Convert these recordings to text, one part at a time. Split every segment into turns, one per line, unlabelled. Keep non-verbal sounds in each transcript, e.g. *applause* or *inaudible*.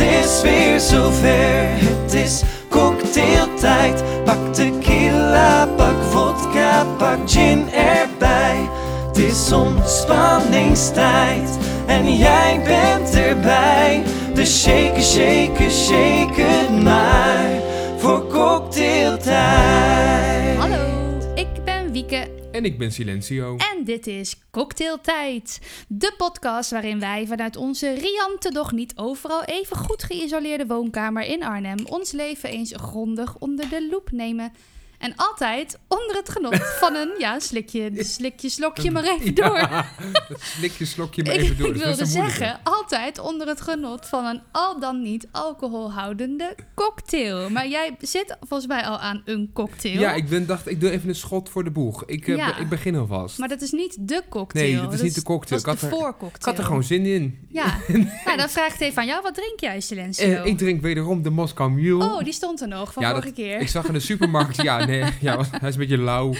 is weer zover. Het is cocktailtijd. Pak tequila, pak vodka, pak gin erbij. Het is ontspanningstijd en jij bent erbij. Dus shake, shake, shake het maar voor cocktailtijd.
Hallo, ik ben Wieke
En ik ben Silencio. *laughs*
en dit is Cocktailtijd. De podcast waarin wij vanuit onze riante, doch niet overal even goed geïsoleerde woonkamer in Arnhem ons leven eens grondig onder de loep nemen. En altijd onder het genot van een, ja, slikje, slikje, slokje maar even door.
*laughs* dat slik je slokje maar
Ik,
even door.
ik
Dus dat is
wilde
best een moeilijke.
zeggen, altijd onder het genot van een al dan niet alcoholhoudende cocktail. Maar jij zit volgens mij al aan een cocktail.
Ja, ik ben, dacht, ik doe even een schot voor de boeg. Ik, eh,
Ja.
be- ik begin alvast.
Maar dat is niet de cocktail.
Nee, dat is niet de cocktail.
Dat
Ik
is de
had er-
voorcocktail.
Ik had er gewoon zin in. *laughs*
Ja, nou, dan vraag ik het even aan jou. Wat drink jij, Silencio?
Eh, ik drink wederom de Moscow Mule.
Oh, die stond er nog van
Ja,
vorige
dat-
keer.
Ik zag in de supermarkt, ja, nee, *laughs* ja, want hij is een beetje lauw,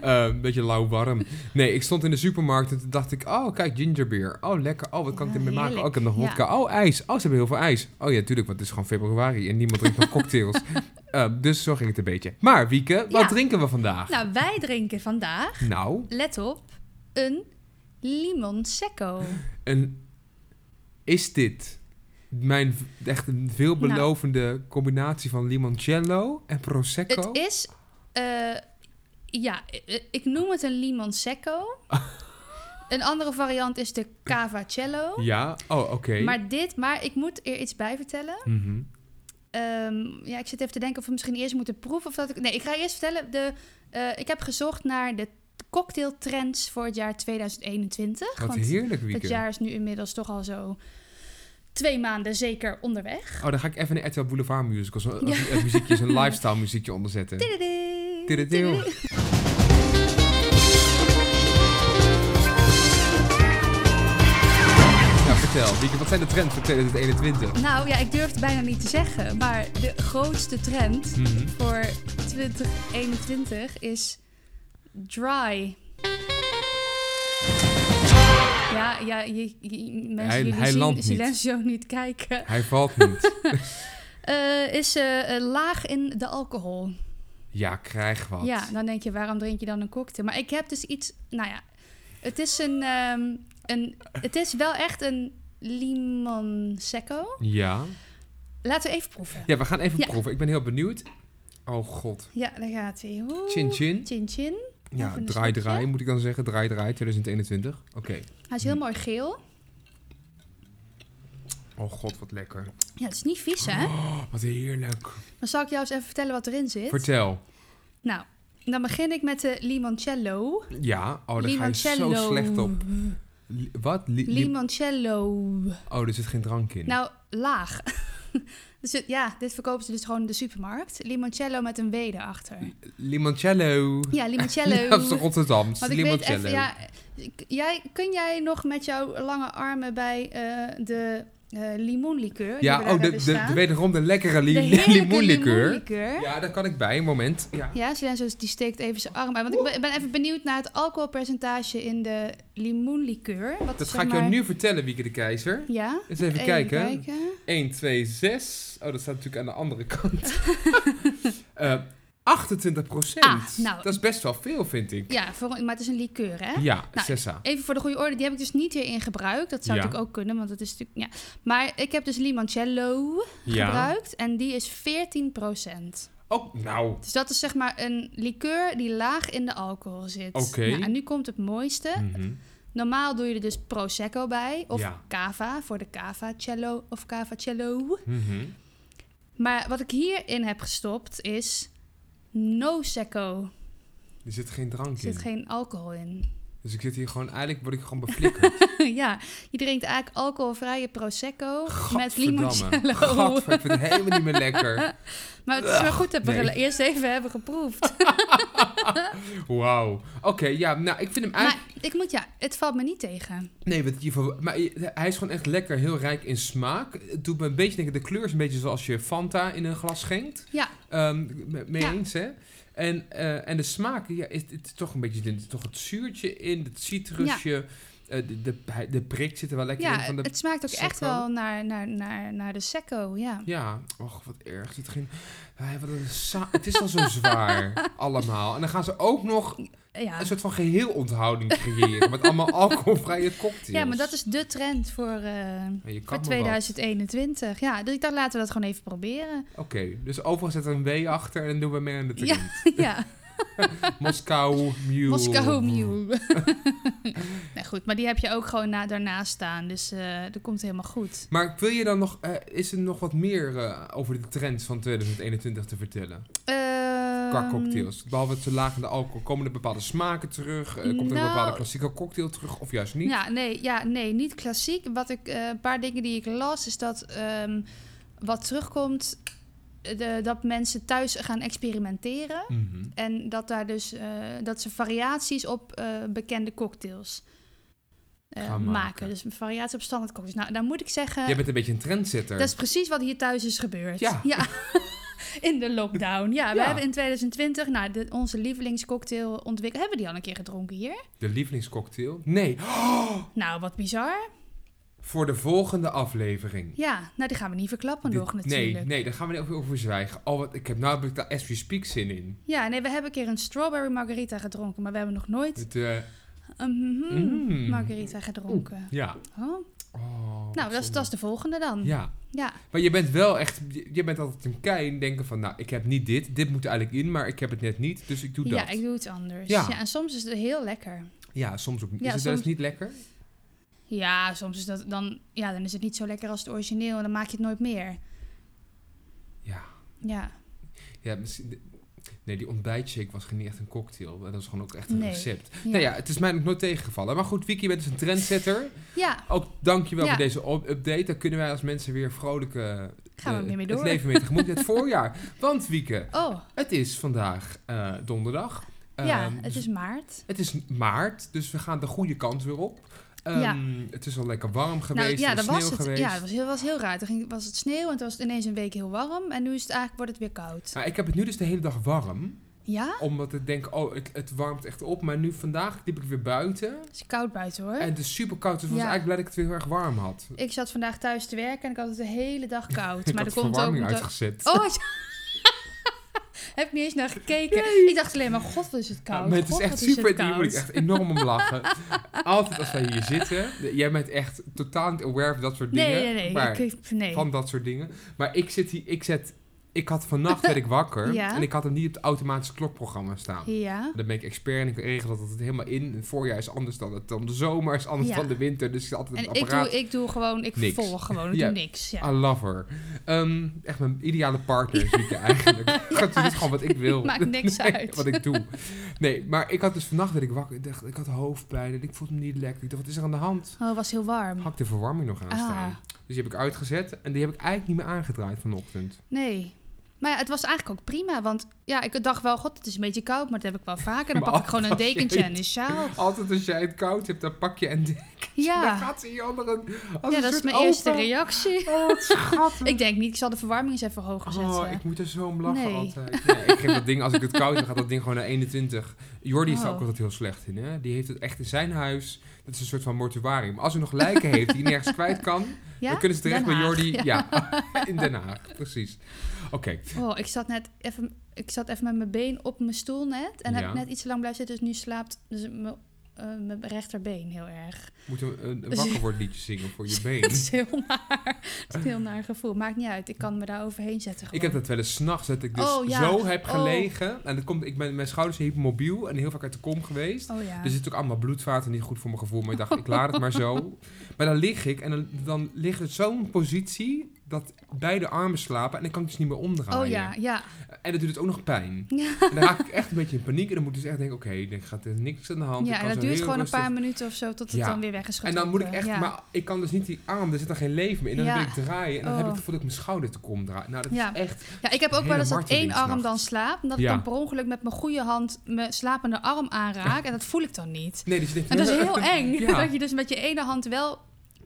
eh, een beetje lauw warm. Nee, ik stond in de supermarkt en toen dacht ik, oh, kijk, gingerbeer. Oh, lekker. Oh, wat kan ik
Ja,
ermee maken?
heerlijk.
Oh, ik heb nog
Ja.
vodka. Oh, ijs. Oh, ze hebben heel veel ijs. Oh ja, tuurlijk, want het is gewoon februari en niemand drinkt
*laughs*
nog cocktails. Eh, dus zo ging het een beetje. Maar, Wieke, wat
Ja.
drinken we vandaag?
Nou, wij drinken vandaag,
nou
let op, een limon secco.
En is dit mijn v- echt een veelbelovende combinatie van limoncello en prosecco?
Nou. Het is, eh, ja, eh, ik noem het een limon
*laughs*
secco. een andere variant is de cavacello.
Ja, oh oké.
Maar dit, maar ik moet er iets bij vertellen.
Mhm.
Ehm, ja, ik zit even te denken of we misschien eerst moeten proeven. Of dat ik... Nee, ik ga eerst vertellen. De, eh, ik heb gezocht naar de cocktailtrends voor het jaar 2021.
Wat
want
heerlijk
het
weekend.
jaar is nu inmiddels toch al zo twee maanden zeker onderweg.
Oh, dan ga ik even een RTL Boulevard musical, zo'n
Ja.
een muziekje,
*laughs*
zo'n lifestyle muziekje onderzetten.
Tididi,
Tididil.
tididi.
Nou, vertel, Wieke, wat zijn de trends voor 2021?
Nou ja, ik durf het bijna niet te zeggen. Maar de grootste trend
Mhm.
voor 2021 is dry. Ja, ja je, je- mensen
Hij-
jullie
hij
zien
landt niet.
Silencio *laughs* niet kijken.
Hij valt niet.
Eh, is eh, eh, laag in de alcohol.
Ja, krijg wat.
Ja, dan denk je, waarom drink je dan een cocktail? Maar ik heb dus iets... Nou ja, het is een... ehm, een het is wel echt een limon secco.
Ja,
Laten we even proeven.
Ja, we gaan even
Ja.
proeven. Ik ben heel benieuwd. Oh god.
Ja, daar gaat hij. Oeh,
Chin chin.
Chin chin.
Ja,
Even een
draai
slokje.
draai moet ik dan zeggen. Draai draai 2021. Oké.
Hij is heel
Hm.
mooi geel.
Oh god, wat lekker.
Ja, het is niet vies, hè?
Oh, wat heerlijk.
Dan zal ik jou eens even vertellen wat erin zit.
Vertel.
Nou, dan begin ik met de limoncello.
Ja, oh, daar ga je zo
Limoncello.
slecht op. Li- wat? Li- li-
Limoncello.
oh, er zit geen drank in.
Nou, laag. *laughs* dus het- ja, dit verkopen ze dus gewoon in de supermarkt. Limoncello met een W erachter.
limoncello.
Ja,
*laughs*
limoncello.
Dat is toch Rotterdams.
Want ik weet
limoncello.
even, ja, k- jij, kun jij nog met jouw lange armen bij eh, de eh limoenlikeur? die we
Ja,
daar
oh, de,
hebben
de,
staan?
de wederom *laughs* de lekkere li-
De heerlijke
limoenlikeur.
limoenlikeur.
Ja, daar kan ik bij. Een moment. Ja.
Ja, Silenzo die steekt even zijn arm uit. Want ik ben- ik ben even benieuwd naar het alcoholpercentage in de limoenlikeur. Wat
Dat
zeg
ga ik jou
maar-
nu vertellen, Wieke de Keizer.
Ja,
Eens even, kijken. 1, 2, 6. Oh, dat staat natuurlijk aan de andere
*laughs*
kant. *laughs* Eh 28 procent.
Ah, nou.
Dat is best wel veel, vind ik.
Ja, voor, maar het is een likeur, hè?
Ja,
Nou,
Sessa.
Even voor de goede orde, die heb ik dus niet weer in gebruikt. Dat zou
Ja.
natuurlijk ook kunnen, want dat is natuurlijk... Ja. Maar ik heb dus limoncello
Ja.
gebruikt en die is 14%.
Oh, nou.
Dus dat is zeg maar een likeur die laag in de alcohol zit.
Oké.
Nou, en nu komt het mooiste.
Mhm.
Normaal doe je er dus prosecco bij of
Ja.
cava voor de cava cello of cava cello.
mhm.
Maar wat ik hierin heb gestopt is no secco.
Er zit geen drank
Er zit
in.
geen alcohol in. *laughs*
Dus ik zit hier gewoon, eigenlijk word ik gewoon beflikkerd.
ja, je drinkt eigenlijk alcoholvrije prosecco met
Godverdamme.
limoncello.
Gadver, ik vind het helemaal niet meer
*laughs*
lekker.
maar het is wel goed dat we
Nee.
gel- eerst even hebben geproefd.
Wauw. Oké, ja, nou, ik vind hem eigenlijk...
maar ik moet ja, het valt me niet tegen.
Nee, wat je van- maar je- hij is gewoon echt lekker, heel rijk in smaak. Het doet me een beetje denken, de kleur is een beetje zoals je Fanta in een glas schenkt.
Ja.
Ehm, me- mee
Ja.
eens, hè? En, eh, en de smaak, ja, is, het is toch een beetje het, toch het zuurtje in, het citrusje. eh, de, de, hij- de prik zit er wel lekker in
Ja,
van de...
het smaakt ook echt
secco.
wel naar, naar, naar, naar de secco, ja.
Ja, och, wat erg. Zit geen... Hij, wat een sa- het is al zo
*laughs*
zwaar, allemaal. En dan gaan ze ook nog
Ja.
een soort van geheelonthouding creëren met
*laughs*
allemaal alcoholvrije cocktails.
ja, maar dat is de trend voor, eh,
Ja,
voor
je kan me wat.
2021. Ja, dus ik dacht, laten we dat gewoon even proberen. *laughs*
Oké, dus overal zit een W achter en dan doen we mee aan de trend.
ja,
Moskou Mule.
Moscow Mule. *laughs* nee, goed, maar die heb je ook gewoon na, daarnaast staan. Dus eh, dat komt helemaal goed.
Maar wil je dan nog, eh, is er nog wat meer eh, over de trends van 2021 te vertellen? Qua
Ehm,
cocktails. Behalve het verlagende alcohol, komen er bepaalde smaken terug? Eh, komt er een
Nou-
bepaalde klassieke cocktail terug of juist niet?
Ja nee, ja, nee, niet klassiek. Wat ik, eh, een paar dingen die ik las, is dat ehm, wat terugkomt, eh, de, dat mensen thuis gaan experimenteren.
Mhm.
En dat daar dus eh, dat ze variaties op eh, bekende cocktails eh,
Gaan
maken.
maken.
Dus een variatie op standaard cocktails. Nou, dan moet ik zeggen,
Jij bent een beetje een trendsetter.
dat is precies wat hier thuis is gebeurd.
Ja.
*laughs* In de lockdown. Ja, we
Ja.
hebben in 2020 nou, de- onze lievelingscocktail ontwikkeld. Hebben we die al een keer gedronken hier?
De lievelingscocktail? Nee,
Nou, wat bizar.
voor de volgende aflevering.
Ja, nou die gaan we niet verklappen
Dit-
nog natuurlijk.
nee, nee, daar gaan we niet over- over zwijgen. Oh, wat, ik heb nou heb ik daar as we speak zin in.
Ja, nee, we hebben een keer een strawberry margarita gedronken, maar we hebben nog nooit
Het, eh,
een mhm
Mm.
margarita gedronken.
ja.
Oh.
Oh, wat
Nou, dat is,
zonde.
dat is de volgende dan.
Ja,
ja.
maar je bent wel echt, je je bent altijd een kei en denken van, nou, ik heb niet dit, dit moet er eigenlijk in, maar ik heb het net niet, dus ik doe dat.
Ja, ik doe het anders. Ja.
Ja.
en soms is het heel lekker.
Ja, soms ook niet.
Ja,
is het wel eens
soms-
niet lekker?
Ja, soms is dat dan, ja, dan is het niet zo lekker als het origineel en dan maak je het nooit meer.
Ja.
Ja,
ja misschien, nee, die ontbijtshake was geen echt een cocktail, dat is gewoon ook echt een
Nee.
recept.
ja.
Nou ja, het is mij nog nooit tegengevallen. Maar goed, Vicky, je bent dus een trendsetter.
Ja,
Ook dankjewel
Ja.
voor deze op- update. Dan kunnen wij als mensen weer vrolijk eh,
gaan we
eh,
weer mee
het
door.
leven mee
*laughs*
tegemoet het voorjaar. Want Wieke,
Oh,
het is vandaag eh, donderdag.
ja,
Ehm,
het
dus
is maart.
het is maart, dus we gaan de goede kant weer op. Ehm,
Ja.
Het is al lekker warm geweest,
nou ja,
er
dat
is sneeuw
was het.
geweest.
Ja, dat was heel, was heel raar. Toen ging, was het sneeuw en toen was het ineens een week heel warm en nu is het eigenlijk, wordt het weer koud.
Maar ik heb het nu dus de hele dag warm.
Ja,
Omdat ik denk, oh, het, het warmt echt op. Maar nu vandaag liep ik weer buiten.
het is koud buiten hoor.
En het is super koud, dus ik was
Oh Ja.
eigenlijk blij dat ik het weer heel erg warm had.
Ik zat vandaag thuis te werken en ik had het de hele dag koud.
*laughs* ik
maar dat
had de
komt ook
verwarming
omdat...
uitgezet.
Oh, ja. *laughs* heb ik niet eens naar gekeken. Ik dacht alleen maar, god, wat is het koud.
Ja, maar het is
God,
echt
wat
super,
het
hier
koud.
moet ik echt enorm om lachen. Altijd als wij hier zitten, jij bent echt totaal niet aware van dat soort dingen.
Nee, nee, nee.
maar
ik, nee.
Van dat soort dingen. Maar ik zit hier, ik zet, ik had vannacht
*laughs*
werd ik wakker
Ja.
en ik had hem niet op het automatische klokprogramma staan.
Ja.
Dan ben ik expert en ik regel dat het helemaal in. Het voorjaar is anders dan, het, dan de zomer, is anders
Ja.
dan de winter. Dus ik zit altijd
En
het
ik
apparaat.
doe, ik doe gewoon, ik
Niks.
volg gewoon, ik
Ja.
doe niks. Ja.
I love her. Ehm, echt mijn ideale partner zie ik
*laughs*
eigenlijk. God, Ze doet gewoon wat ik wil.
Maakt niks
*laughs* Nee,
uit.
Wat ik doe. Nee, maar ik had dus vannacht dat ik wakker ik dacht, ik had hoofdpijn en ik voelde me niet lekker. Ik dacht, wat is er aan de hand?
Oh, het was heel warm.
Had ik de verwarming nog aan staan.
Ah.
Dus die heb ik uitgezet en die heb ik eigenlijk niet meer aangedraaid vanochtend.
Nee. Maar ja, het was eigenlijk ook prima, want ja, ik dacht wel, god, het is een beetje koud, maar dat heb ik wel vaker.
*laughs*
Dan
Maar
pak ik gewoon een
als je
dekentje
het-
en een sjaal.
Altijd als jij het koud hebt, dan pak je en *laughs* dan
Ja,
gaat ze hier onder een als
ja
een
dat is
soort
mijn eerste
opa.
reactie.
*laughs* Oh, wat schattig.
Ik denk niet, ik zal de verwarming eens even hoger zetten.
Oh, ik moet er zo om lachen
Nee.
altijd. Nee, ik geef dat ding, als ik het koud heb, gaat dat ding gewoon naar 21. Jordi is daar
Oh.
ook altijd heel slecht in, hè. Die heeft het echt in zijn huis. Dat is een soort van mortuarium. Als hij nog lijken heeft die hij nergens kwijt kan,
*laughs* Ja?
dan kunnen ze terecht
Den
bij
Haag,
Jordi. Ja, *laughs* in Den Haag. Precies. Oké.
Oh, ik zat net even, ik zat even met mijn been op mijn stoel net. En
Ja.
heb net iets te lang blijven zitten, dus nu slaapt dus mijn, eh, mijn rechterbeen heel erg.
Moeten we een, een wakker wordt liedje zingen voor je been?
*laughs* Het is heel naar. Het is een heel naar gevoel. Maakt niet uit, ik kan me daar overheen zetten
Ik
gewoon.
heb dat wel eens 's nachts dat ik dus
Oh, ja.
zo heb
Oh.
gelegen. En dat komt, ik ben, mijn schouders zijn hypermobiel en heel vaak uit de kom geweest.
Oh ja.
Er zit ook allemaal bloedvaten, niet goed voor mijn gevoel. Maar ik dacht, ik laat het maar
*laughs*
zo. Maar dan lig ik en dan, dan ligt het zo'n positie dat beide armen slapen. En dan kan ik dus niet meer omdraaien.
oh ja, ja.
En dat doet het ook nog pijn.
*laughs* Ja.
En dan raak ik echt een beetje in paniek. En dan moet ik dus echt denken, oké, er gaat er niks aan de hand. Ik
ja
kan
en dat
zo
duurt
heel
gewoon
rustig-
een paar minuten of zo tot het
Ja.
dan weer weg is
En dan moet ik
getrokken.
echt,
Ja.
maar ik kan dus niet die arm, er zit dan geen leven meer in. En dan
Ja.
wil ik draaien en dan heb ik
Oh.
het gevoel dat ik mijn schouder te kom draai. Nou, dat
Ja.
is echt...
Ja, ik heb ook
Hele
wel eens dat
marteling
één arm
s'nachts.
dan slaapt. En dat
Ja.
ik dan per ongeluk met mijn goede hand mijn slapende arm aanraak. En dat voel ik dan niet.
Nee, dus je denkt,
En dat
*laughs*
is heel eng. *laughs*
Ja.
Dat je dus met je ene hand wel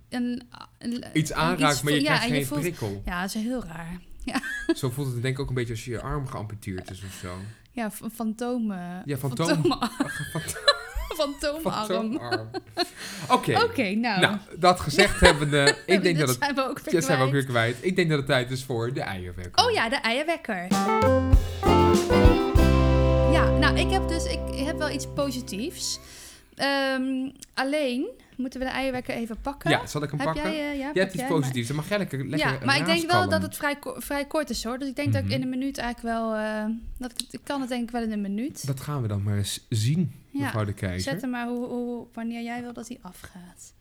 een, een-
iets aanraakt, maar je
voelt- ja,
krijgt
en
geen
voelt-
prikkel.
Ja, dat is heel raar.
Zo voelt het denk ik ook een beetje als je je arm geamputeerd is of zo.
Ja, f- fantomen.
*laughs* Ja, fantoom.
fantomen. *laughs* Fantoomarm. Oké,
Fantoomarm. Oké.
nou.
Nou, dat gezegd hebbende,
*laughs*
ik denk
Oh, dit
dat het...
zijn we ook weer
Ja, zijn we ook
kwijt.
weer kwijt. Ik denk dat het tijd is voor de eierwekker.
Oh ja, de eierwekker. Ja, nou, ik heb dus ik heb wel iets positiefs. Ehm, alleen moeten we de eierwekker even pakken.
Ja, zal ik hem
heb
pakken?
jij, eh, ja,
Jij
pak
hebt iets
jij,
positiefs. Dan mag jij lekker,
maar-
lekker
ja, maar ik denk wel
raaskallen.
dat het vrij, ko- vrij kort is hoor. Dus ik denk dat
Mhm.
ik in een minuut eigenlijk wel. eh, dat ik, het- ik kan het denk ik wel in een minuut.
Dat gaan we dan maar eens zien,
Ja,
mevrouw de keizer.
Zet hem maar hoe, hoe, wanneer jij wil dat hij afgaat.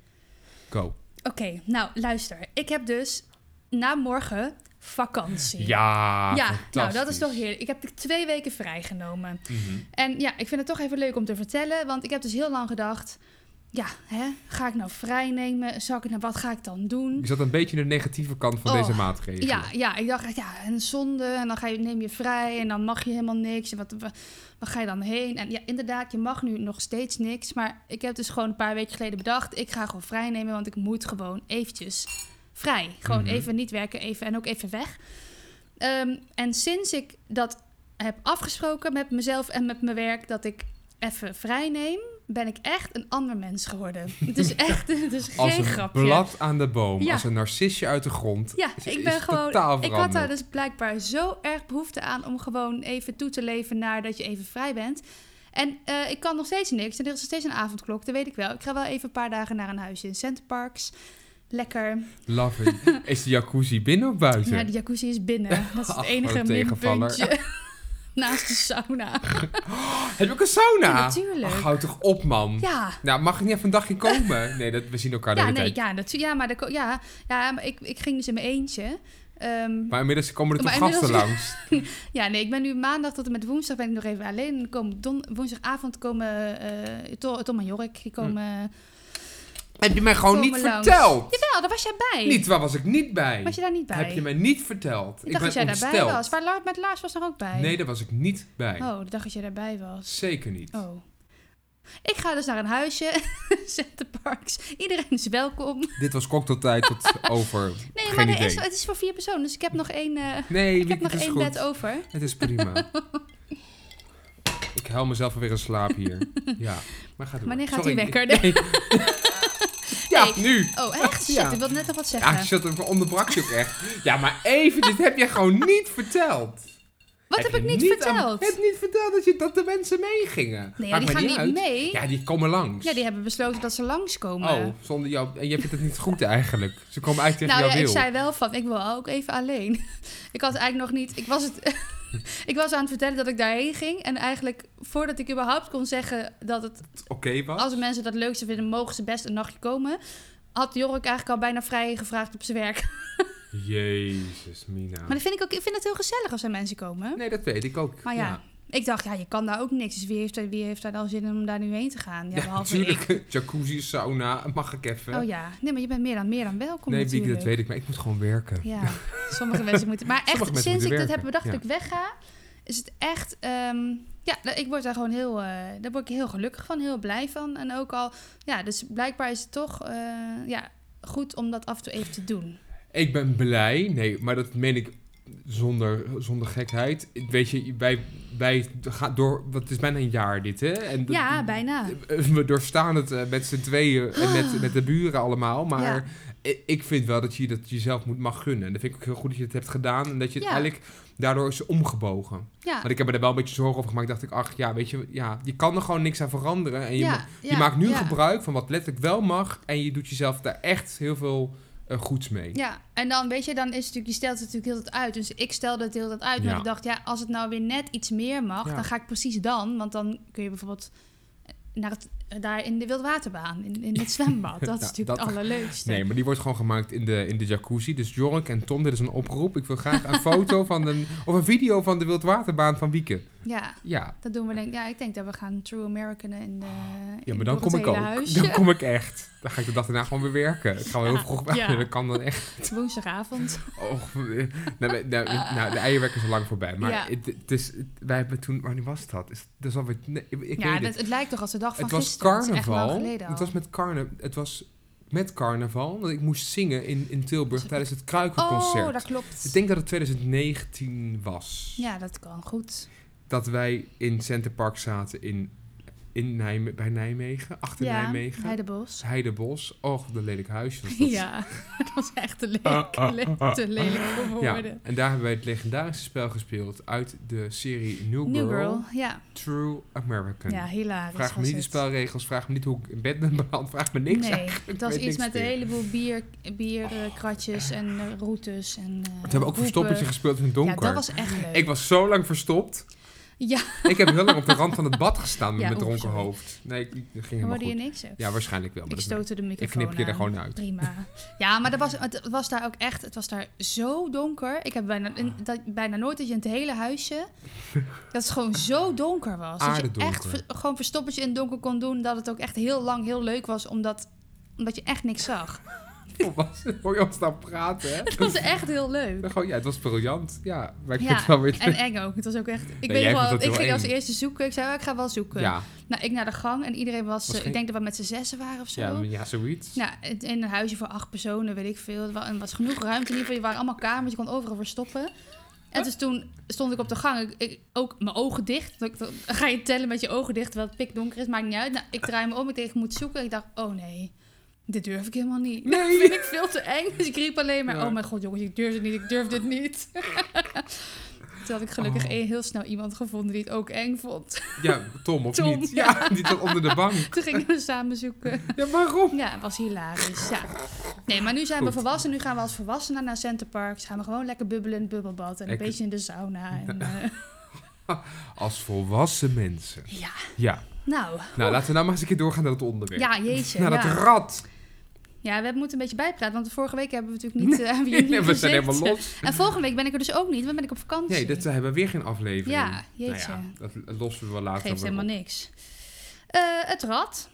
Go.
Oké, nou luister. Ik heb dus na morgen vakantie.
Ja,
ja nou dat is
fantastisch.
toch heerlijk. Ik heb twee weken vrijgenomen.
Mhm.
En ja, ik vind het toch even leuk om te vertellen. Want ik heb dus heel lang gedacht... Ja, hè, ga ik nou vrij nemen? Zal ik nou, wat ga ik dan doen?
Ik zat Mhm. een beetje in de negatieve kant van
Oh,
deze maatregelen.
Ja, ja, ik dacht, ja, een zonde. En dan ga je, neem je vrij en dan mag je helemaal niks. En wat, wa- waar ga je dan heen? En ja, inderdaad, je mag nu nog steeds niks. Maar ik heb dus gewoon een paar weken geleden bedacht... ik ga gewoon vrij nemen, want ik moet gewoon eventjes vrij. Gewoon
Mhm.
even niet werken even, en ook even weg. Ehm, en sinds ik dat heb afgesproken met mezelf en met mijn werk... dat ik even vrij neem, ben ik echt een ander mens geworden. Het
*laughs*
is echt het is
Als
geen
een
grapje.
blad aan de boom,
Ja.
als een narcisje uit de grond.
Ja,
Is-
ik
is
ben gewoon.
totaal
Ik had
veranderd.
daar dus blijkbaar zo erg behoefte aan om gewoon even toe te leven naar dat je even vrij bent. En eh, ik kan nog steeds niks. En er is nog steeds een avondklok, dat weet ik wel. Ik ga wel even een paar dagen naar een huisje in Center Parks. Lekker.
Love it. Is de jacuzzi binnen of buiten?
Ja, de jacuzzi is
*laughs*
binnen. Dat is het
Ach, wat
enige
een tegenvaller.
minpuntje. *laughs* Naast de
*laughs*
sauna.
Heb ik een sauna?
Ja, natuurlijk.
Ach, hou toch op, man.
Ja.
Nou, mag ik niet even een dagje *laughs* komen? Nee, dat, we zien elkaar de
Ja,
hele
nee,
tijd.
ja, natu- ja, maar, de ko- ja, ja, maar ik, ik ging dus in mijn eentje. Ehm,
Maar inmiddels komen er toch
Maar
gasten *laughs*
inmiddels-
langs.
Ja, nee, ik ben nu maandag tot en met woensdag ben ik nog even alleen. En kom don- woensdagavond komen eh To- Tom en Jorik. Die komen. eh,
Heb je mij gewoon
Komen
Hm. Oh, niet
langs.
verteld?
Jawel, daar was jij bij.
Niet, waar was ik niet bij?
Was je daar niet bij?
Heb je mij niet verteld?
ik dacht dat
ben
jij
ontsteld.
daarbij was. Maar La- met Lars was er ook bij.
Nee, daar was ik niet bij.
Oh, ik dacht dat jij daarbij was.
Zeker niet.
Oh. Ik ga dus naar een huisje. *laughs* Center Parks. Iedereen is welkom.
Dit was cocktailtijd
*laughs*
tot over.
Nee,
Geen
maar er
idee.
is, het is voor vier personen. Dus ik heb nog één, eh,
Nee,
ik heb nog
het is
één
goed.
bed over.
Het is prima.
*laughs*
*laughs* ik huil mezelf alweer in slaap
*laughs*
hier. Ja, maar ga door.
Wanneer gaat
Sorry.
die wekker?
Nee. ja,
Nee.
nu.
Oh, echt? Shit,
Ja.
ik wilde net nog wat zeggen.
Ja, je zat ook onderbrak je ook echt. Ja, maar even, dit heb je gewoon niet verteld.
wat heb
je
ik niet,
aan-
verteld?
heb niet verteld dat, je, dat de mensen meegingen.
Nee, ja,
Maakt
die
mij
gaan niet
uit.
mee.
Ja, die komen langs.
Ja, die hebben besloten dat ze langskomen.
Oh, zonder jou. En je vindt het niet goed eigenlijk. Ze komen eigenlijk tegen
Nou ja,
jouw
ik
wil.
zei wel van, ik wil ook even alleen. *laughs* ik had eigenlijk nog niet, ik was het, *laughs* ik was aan het vertellen dat ik daarheen ging en eigenlijk voordat ik überhaupt kon zeggen dat het,
Oké, wat?
als mensen dat leuk vinden, mogen ze best een nachtje komen, had Jorik eigenlijk al bijna vrij gevraagd op zijn werk.
Jezus, Mina.
Maar dat vind ik ook, ik vind het heel gezellig als er mensen komen.
Nee, dat weet ik ook.
Maar ja, ik dacht, ja, je kan daar ook niks. Dus wie heeft, er- wie heeft daar dan zin om daar nu heen te gaan? Ja,
Ja,
behalve
natuurlijk. *laughs* Jacuzzi, sauna, mag ik even?
ik. Oh ja, nee, maar je bent meer dan, meer dan welkom
nee, Bieke,
natuurlijk.
dat weet ik, maar ik moet gewoon werken.
Ja, sommige mensen moeten. Maar echt,
Sommige mensen
sinds
moeten
ik dat
werken,
heb bedacht
ja.
dat ik wegga, is het echt. ehm, ja, da- ik word daar gewoon heel. eh, daar word ik heel gelukkig van, heel blij van. En ook al. Ja, dus blijkbaar is het toch. eh, ja, goed om dat af en toe even te doen.
Ik ben blij, nee, maar dat meen ik zonder, zonder gekheid. Ik- Weet je, wij, wij gaan door, wat is bijna een jaar dit, hè? En dat-
Ja, bijna.
Eh, We doorstaan het eh, met z'n tweeën en met,
*gasps*
met de buren allemaal, maar...
Ja.
i- Ik vind wel dat je dat jezelf moet mag gunnen. En dat vind ik ook heel goed dat je het hebt gedaan. En dat je het
Ja. Ah.
eigenlijk daardoor is omgebogen.
Ja.
Want ik heb me daar wel een beetje zorgen over gemaakt. Dacht ik, ach ja, weet je, ja, je kan er gewoon niks aan veranderen. En je,
ja,
ma- je
ja,
maakt nu
ja.
gebruik van wat letterlijk wel mag. En je doet jezelf daar echt heel veel eh, goeds mee.
Ja, en dan weet je, dan is het natuurlijk, je stelt het natuurlijk heel dat uit. Dus ik stelde het heel dat uit. Maar
Ja.
ik dacht, ja, als het nou weer net iets meer mag,
Ja.
dan ga ik precies dan. Want dan kun je bijvoorbeeld eh, naar het, daar in de wildwaterbaan, in, in
*laughs*
het zwembad. Dat
Ja,
is natuurlijk
dat-
het allerleukste.
Nee, maar die wordt gewoon gemaakt in de, in de jacuzzi. Dus Jorik en Tom, dit is een oproep. Ik wil graag een foto van een... Of een video van de wildwaterbaan van Wieken.
Ja,
Ja.
dat doen we denk Ja, ik denk dat we gaan True American in de
Ja,
in
maar dan
door het
kom ik
hele
ook.
Huisje. *laughs*
Dan kom ik echt. Dan ga ik de dag daarna gewoon weer werken. Ik ga wel heel
Ja,
vroeg
ja.
Dat *laughs* kan dan echt.
Woensdagavond.
Och, eh, nou, we- nou, nou, de eierwerk is al lang voorbij. Maar
Ja.
het, het is, het- wij hebben toen... Wanneer was dat? Is, dat is alweer... Nee, *laughs* ik ik
ja,
weet
dat,
het.
het lijkt toch als de dag van
Het was
gisteren. Het is echt lang
carnaval.
geleden al.
Het was met carnaval. Het was met carnaval. Want ik moest zingen in, in Tilburg tijdens het Kruikenconcert.
Oh, dat klopt.
Ik denk dat het 2019 was.
Ja, dat kan goed.
Dat wij in Center Park zaten in in Nijme bij Nijmegen, achter
ja,
Nijmegen.
Heidebos.
Heidebos. Oh, wat een lelijk huisje.
*laughs*
was dat. Ah,
Ja, dat was echt te lelijk, le- te lelijk voor
ja.
woorden.
En daar hebben wij het legendarische spel gespeeld uit de serie New Girl,
New Girl, ja.
True American.
Ja, hilarisch
vraag me
was
niet de
het.
spelregels, vraag me niet hoe ik in bed ben beland, vraag me niks.
Nee,
eigenlijk.
het
*laughs* Ik
was
weet
iets
niks
met een
meer.
heleboel bier, bierkratjes en eh, routes en eh,
We hebben ook
hoeken.
verstoppertje gespeeld in het donker.
Ja, dat was echt leuk.
Ik was zo lang verstopt.
Ja.
Ik heb heel lang op de rand van het bad gestaan met
Ja,
mijn
oeh,
dronken
sorry.
hoofd. Nee, ik, ik- ging helemaal
Hoorde je
goed.
niks? ook?
Ja, waarschijnlijk wel. Oh, Maar
ik
dat-
stootte de
ik
microfoon
knip je er
aan.
gewoon uit.
Prima. Ja, maar dat was, het was daar ook echt... Het was daar zo donker. Ik heb bijna, in- dat, bijna nooit dat je in het hele huisje... dat het gewoon zo donker was. Dat je
Aardedonker.
echt ver- gewoon verstoppertje in het donker kon doen. Dat het ook echt heel lang heel leuk was. Omdat, omdat je echt niks zag.
*laughs* Volwassen, hoor je ons nou praten,
*laughs*
hè?
Het was echt heel leuk.
Gewoon, ja, het was briljant. Ja, maar *laughs* ik
Ja,
vind het wel weer...
En eng ook. Het was ook echt... Ik,
jij
weet nog
vond
wel,
dat
ik
heel
ging
eng.
als eerste zoeken. Ik zei, oh, ik ga wel zoeken.
*laughs* ja,
Nou, ik naar de gang. En iedereen was... eh,
Misschien-
ik denk dat we met z'n zessen waren of zo.
ja, ja, zoiets.
Nou, het- in een huisje voor acht personen, weet ik veel. Er wa- Er was genoeg ruimte in ieder geval. Je waren allemaal kamers, je kon overal verstoppen. En dus toen stond ik op de gang, ik, ik- ook mijn ogen dicht. Dan dan ga je tellen met je ogen dicht, terwijl het pikdonker is, maakt niet uit. Nou, ik draai me om, ik denk ik moet zoeken. Ik dacht, oh nee, dit durf ik helemaal niet.
Nee.
Dat vind ik veel te eng. Dus ik riep alleen maar,
Ja.
oh mijn god jongens, ik durf het niet, ik durf dit niet. *laughs* Toen had ik gelukkig
Oh.
een- heel snel iemand gevonden die het ook eng vond. *laughs*
Ja, Tom, of
Tom,
niet? Ja, die zat onder de bank.
Toen gingen we samen zoeken.
Ja, waarom?
Ja, het was hilarisch. Ja. Nee, maar nu zijn we
Goed.
volwassen. Nu gaan we als volwassenen naar Centerparks. Gaan we gewoon lekker bubbelen in het bubbelbad. En een
Ik-
beetje in de sauna. En,
*laughs*
eh,
Als volwassen mensen.
ja,
Ja.
nou.
Nou, laten we nou maar eens een keer doorgaan naar het onderwerp.
Ja, jeetje.
naar Nou, dat
ja.
rad.
ja, we moeten een beetje bijpraten. Want de vorige week hebben we natuurlijk niet...
*laughs*
eh, hebben jullie
Nee,
niet
we zijn
gezeten.
helemaal los.
En volgende week ben ik er dus ook niet. Want ben ik op vakantie.
Nee, eh, dat hebben we weer geen aflevering.
Ja, jeetje.
Nou ja, dat lossen we wel later
Geeft
wel op.
helemaal niks. Eh, het rad.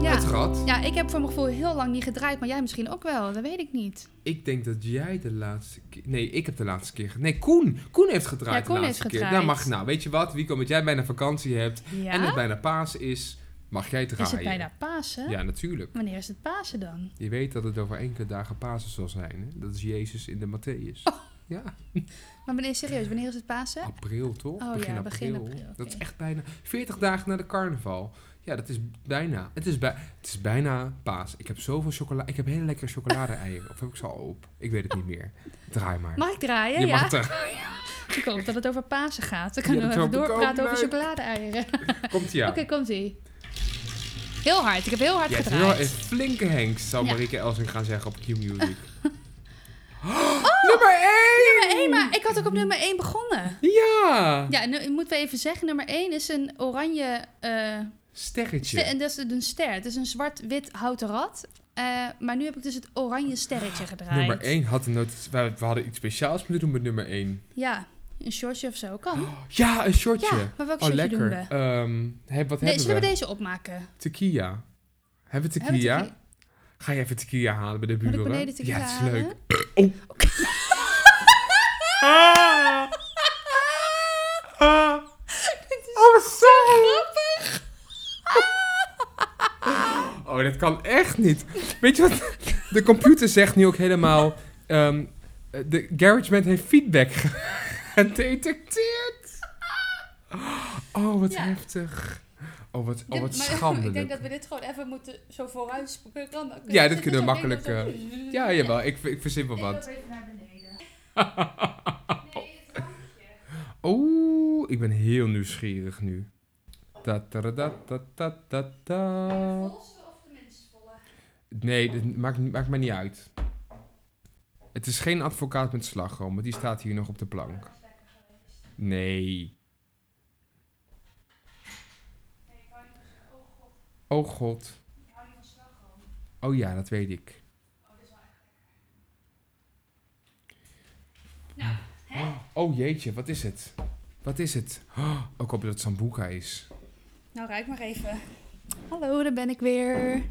Ja.
Het rad.
Ja, ik heb voor mijn gevoel heel lang niet gedraaid, maar jij misschien ook wel. Dat weet ik niet.
Ik denk dat jij de laatste keer... Nee, ik heb de laatste keer... ge- Nee, Koen. Koen heeft gedraaid
Ja, Koen
de
heeft
laatste keer.
gedraaid.
Nou, mag nou. Weet je wat, Wico, omdat jij bijna vakantie hebt
Ja?
en het bijna paas is, mag jij draaien.
is het bijna Pasen?
Ja, natuurlijk.
Wanneer is het Pasen dan?
Je weet dat het over enkele dagen Pasen zal zijn. Hè? Dat is Jezus in de Matthäus.
Oh.
Ja,
Maar wanneer, serieus, wanneer is het Pasen?
april toch?
Oh ja, begin april, oké.
Dat is echt bijna 40 dagen na de carnaval. Ja, dat is bijna. Het is, bij, het is bijna Paas. Ik heb zoveel chocola. Ik heb hele lekkere chocolade-eieren. Of heb ik ze al op? Ik weet het niet meer. Draai maar.
Mag ik draaien?
je
ja. *laughs*
mag er.
Ik hoop dat het over Pasen gaat. Dan kunnen
Ja,
we
dat
even
hoop ik ook,
doorpraten over
leuk.
chocolade-eieren.
Komt ja.
*laughs* Oké, komt-ie. Heel hard. Ik heb heel hard
Jij hebt
gedraaid.
wel een flinke Henk, zou
Ja.
Marieke Elsing gaan zeggen op
*laughs*
Oh, Q-Music. nummer 1!
Oh, Nummer 1, maar ik had ook op nummer 1 begonnen.
Ja!
Ja, nu moeten we even zeggen. Nummer 1 is een oranje... eh,
Sterretje.
ster- en dat is een ster. Het is een zwart-wit houten rad. Eh, maar nu heb ik dus het oranje sterretje gedraaid.
Nummer 1 had een notitie. We, we hadden iets speciaals moeten doen met nummer 1.
Ja, een shortje of zo. Kan.
Ja, een Oh, shortje.
Ja, maar welk
oh,
shortje
lekker.
doen we?
Ehm, heb- wat
Nee,
hebben we?
zullen we deze opmaken?
Tequila. Hebben we
Hebben we
tequila?
tequila?
Ga je even tequila halen bij de
Moet
buren?
ik beneden tequila
Ja, het is
halen?
leuk.
Ah!
Ah,
Dit is
oh, wat sorry.
grappig.
Oh, dat kan echt niet. Weet je wat? De computer zegt nu ook helemaal... ehm de GarageBand heeft feedback *laughs* gedetecteerd. Oh, wat
Ja.
heftig. Oh, wat,
Dit-
oh, wat
maar Ik denk
schandelijk.
dat we dit gewoon even moeten zo vooruit spoelen. Kan dat?
Ja,
Dit
dit kunnen we
is ook
makkelijk...
ding dat
eh,
zo-
ja, jawel. Ik, ik verzin wel
Ik
wat.
loop even naar
*laughs*
beneden.
Oeh, ik ben heel nieuwsgierig nu. Da, da, da, da, da, da, da, da. Nee, dat maakt, maakt mij niet uit. Het is geen advocaat met slagroom, want die staat hier nog op de plank. Nee. Oh god. Oh ja, dat weet ik. Nou, Oh jeetje, wat is het? Wat is het? Oh, ik hoop dat het Sambuca is.
Nou, ruik maar even. Hallo, daar ben ik weer.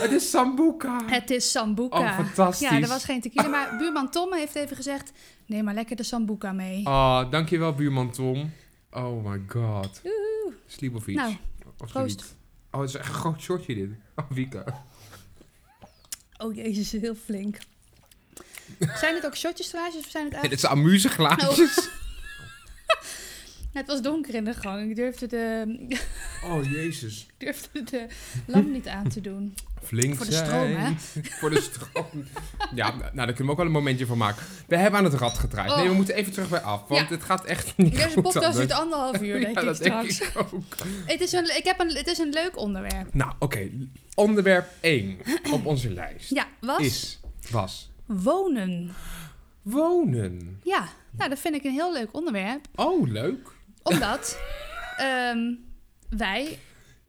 Het is Sambuca!
Het is Sambuca.
Oh, fantastisch.
Ja, er was geen tequila, maar buurman Tom heeft even gezegd... neem maar lekker de Sambuca mee.
Ah, dankjewel buurman Tom. Oh my god. Slibovic.
Nou,
Of
proost.
zoiets. Oh, het is echt een
*laughs*
groot shortje dit. Oh, Wika.
Oh jezus, heel flink. Zijn het ook shotjesglaasjes of zijn het
Dit
eigenlijk...
is amuse glaasjes.
Het was donker in de gang. Ik durfde de, *laughs* Nou.
Oh, jezus.
ik durfde de lamp niet aan te doen.
*laughs* Flink
Voor de stroom, hè?
zijn. *laughs* Voor de stroom. Ja, nou, daar kunnen we ook wel een momentje van maken. We hebben aan het rad gedraaid. Nee, we
Oh.
moeten even terug bij af, want
Ja.
het gaat echt niet
Deze
goed
podcast
anders.
duurt anderhalf uur, denk
*laughs* ja,
ik
dat
straks.
denk ik ook.
Het, is een, ik heb een, het is een leuk onderwerp.
Nou, oké. Onderwerp 1 op onze lijst
Ja, was
is... Was.
wonen.
Wonen.
Ja, nou, dat vind ik een heel leuk onderwerp.
Oh, leuk.
Eh,
*laughs*
Omdat ehm, wij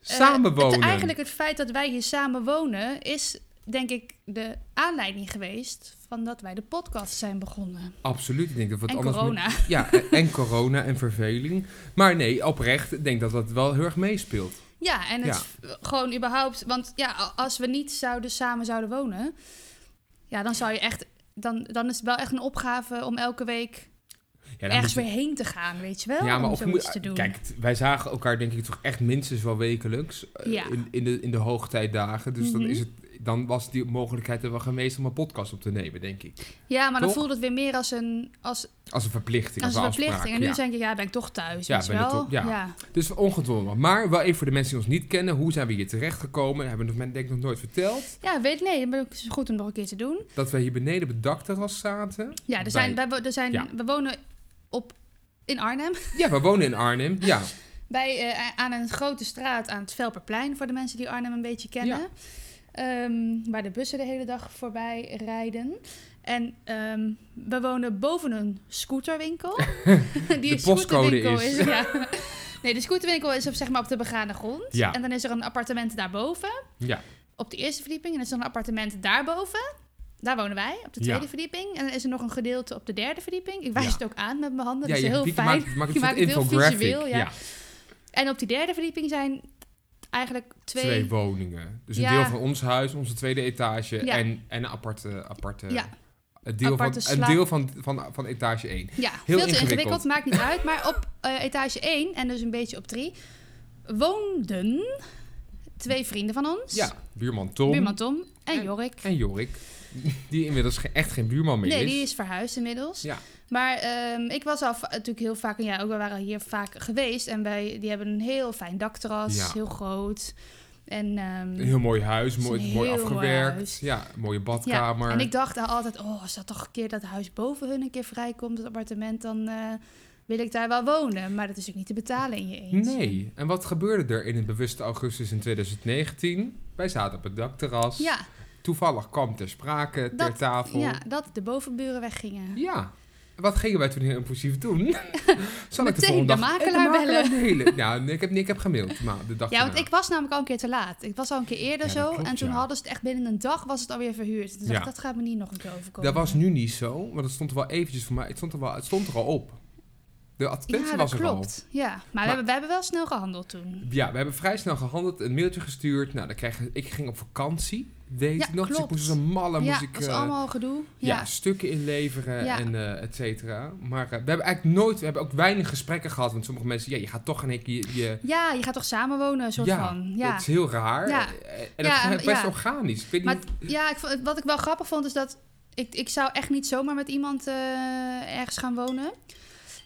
Eh,
Samenwonen.
het- eigenlijk het feit dat wij hier samen wonen is denk ik de aanleiding geweest van dat wij de podcast zijn begonnen.
Absoluut. Ik denk dat we het
en
anders moeten-
corona.
Ja, en- en corona en verveling. Maar nee, oprecht, ik denk dat dat wel heel erg meespeelt.
*laughs* Ja, en het gewoon überhaupt, want ja, a- als we niet zouden samen zouden wonen, ja, dan zou je echt dan, dan is het wel echt een opgave om elke week
Ja, dan
ergens
moet
weer heen te gaan, weet je wel?
Ja, maar
om
of je
zoiets
moet-
te doen.
Kijk, t- wij zagen elkaar denk ik toch echt minstens wel wekelijks eh,
Ja.
in, in, de, in de hoogtijdagen. Dus dan,
Mhm.
is het, dan was die mogelijkheid er wel geweest om een podcast op te nemen, denk ik.
ja, maar dan
toch?
voelde het weer meer als een, als,
Als een verplichting, als,
als een verplichting.
afspraak,
En nu
ja.
denk je, ja, ben ik toch thuis,
Ja,
weet je
ben ik
wel?
toch- ja. Dus ongedwongen. Maar wel even voor de mensen die ons niet kennen. Hoe zijn we hier terechtgekomen? Hebben we nog- denk ik nog nooit verteld.
ja, weet nee, dan ben ik- is goed om nog een keer te doen.
Dat wij hier beneden op het dakterras zaten.
Ja, er zijn,
Bij-
wij wo- er zijn,
Ja.
we wonen op, in Arnhem. *laughs*
Ja, we wonen in Arnhem. Ja,
Bij, eh, a- aan een grote straat aan het Velperplein. Voor de mensen die Arnhem een beetje kennen. Ehm, waar de bussen de hele dag voorbij rijden. En ehm, we wonen boven een
*laughs*
scooterwinkel. *laughs* die
De postcode
scooterwinkel
is.
ja. Nee, de scooterwinkel is op, zeg maar, op de begane grond.
Ja.
En dan is er een appartement daarboven.
ja.
Op de eerste verdieping. En er is nog een appartement daarboven. Daar wonen wij, op de tweede
Ja.
verdieping. En dan is er nog een gedeelte op de derde verdieping. Ik wijs
Ja.
het ook aan met mijn handen.
ja
dat is
je
heel
maakt-
fijn.
maakt, maakt
Je
een soort
maakt het heel
infographic.
visueel, ja.
ja.
En op die derde verdieping zijn eigenlijk twee...
twee, woningen. Dus een
Ja.
deel van ons huis, onze tweede etage
Ja.
en, en een aparte... aparte
Ja.
Een deel,
Aparte
van, een
slaap-
deel van, van, van etage 1.
ja, veel
Heel
te ingewikkeld,
ingewikkeld.
maakt niet uit. Maar op eh, etage 1 en dus een beetje op 3 woonden twee vrienden van ons.
Ja, buurman Tom
Buurman Tom en
En-
Jorik.
en Jorik. Die inmiddels ge- echt geen buurman meer
Nee,
is.
die is verhuisd inmiddels.
Ja.
Maar ehm, ik was al va- natuurlijk heel vaak, en ja, ook we waren hier vaak geweest. En wij, die hebben een heel fijn dakterras,
Ja.
heel groot. En, ehm,
Een heel mooi huis,
is
mooi,
een
mooi
heel mooi
afgewerkt.
huis.
Ja, een mooie
Ja,
badkamer.
en ik dacht al altijd, oh, als dat toch een keer dat huis boven hun een keer vrijkomt, het appartement, dan eh, wil ik daar wel wonen. Maar dat is ook niet te betalen in je eentje.
Nee, en wat gebeurde er in het bewuste augustus in 2019? Wij zaten op het dakterras.
Ja,
Toevallig kwam ter sprake, ter
Dat-
tafel.
ja, dat de bovenburen weggingen.
Ja. Wat gingen wij toen heel
*laughs*
impulsief doen? Zal ik de
Meteen
volgende
de
dag
makelaar
Eh, mailen? Nou, nee, ik heb, nee, ik heb gemaild maar de dag
Ja, want
daarna.
ik was namelijk al een keer te laat. Ik was al een keer eerder
Ja, dat
zo.
klopt,
en toen
ja.
hadden ze het echt binnen een dag was het alweer verhuurd. Toen dacht
Ja.
ik, dat gaat me niet nog een keer overkomen.
Dat was nu niet zo, want het stond er wel eventjes voor mij. Het stond er, wel, het stond er al op. De advertentie
ja, dat
was er al.
klopt. Ja, maar, We, hebben, we hebben wel snel gehandeld toen.
Ja, we hebben vrij snel gehandeld, een mailtje gestuurd. Nou, dan kreeg, ik ging op vakantie, weet
Ja,
ik nog. Dus ik
klopt.
moest als een malle,
ja,
moest ik...
dat is
eh,
allemaal gedoe.
ja,
Ja,
stukken inleveren
Ja.
en eh, et cetera. Maar eh, we hebben eigenlijk nooit, we hebben ook weinig gesprekken gehad. Want sommige mensen, ja, je gaat toch en ik je, je
ja je gaat toch samenwonen, een soort
ja,
van. Ja,
dat is heel raar.
Ja.
Eh, En
Ja,
dat
en-
is best
ja.
organisch. Ik weet
Maar
niet,
het- ja, ik vond- wat ik wel grappig vond is dat ik, ik zou echt niet zomaar met iemand eh, ergens gaan wonen.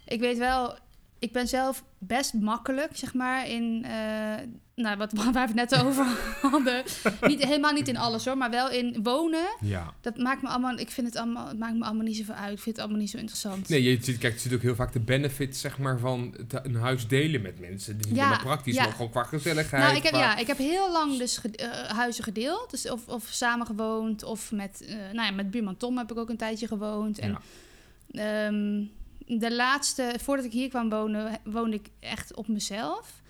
Ik weet wel, ik ben zelf best makkelijk, zeg maar, in, eh, nou, wat, *laughs* waar we het net over hadden. niet, helemaal niet in alles hoor, maar wel in wonen.
ja.
Dat maakt me allemaal, ik vind het allemaal, het maakt me allemaal niet zoveel uit. Ik vind het allemaal niet zo interessant.
Nee, je ziet, kijk, je ziet ook heel vaak de benefits zeg maar, van het- een huis delen met mensen. Dus niet
Ja,
helemaal praktisch,
ja.
maar gewoon qua gezelligheid.
Nou, ik heb,
qua-
ja, ik heb heel lang dus ged- eh, huizen gedeeld. Dus of, of samen gewoond. Of met, eh, nou ja, met buurman Tom heb ik ook een tijdje gewoond. En ehm, de laatste, voordat ik hier kwam wonen, he- woonde ik echt op mezelf.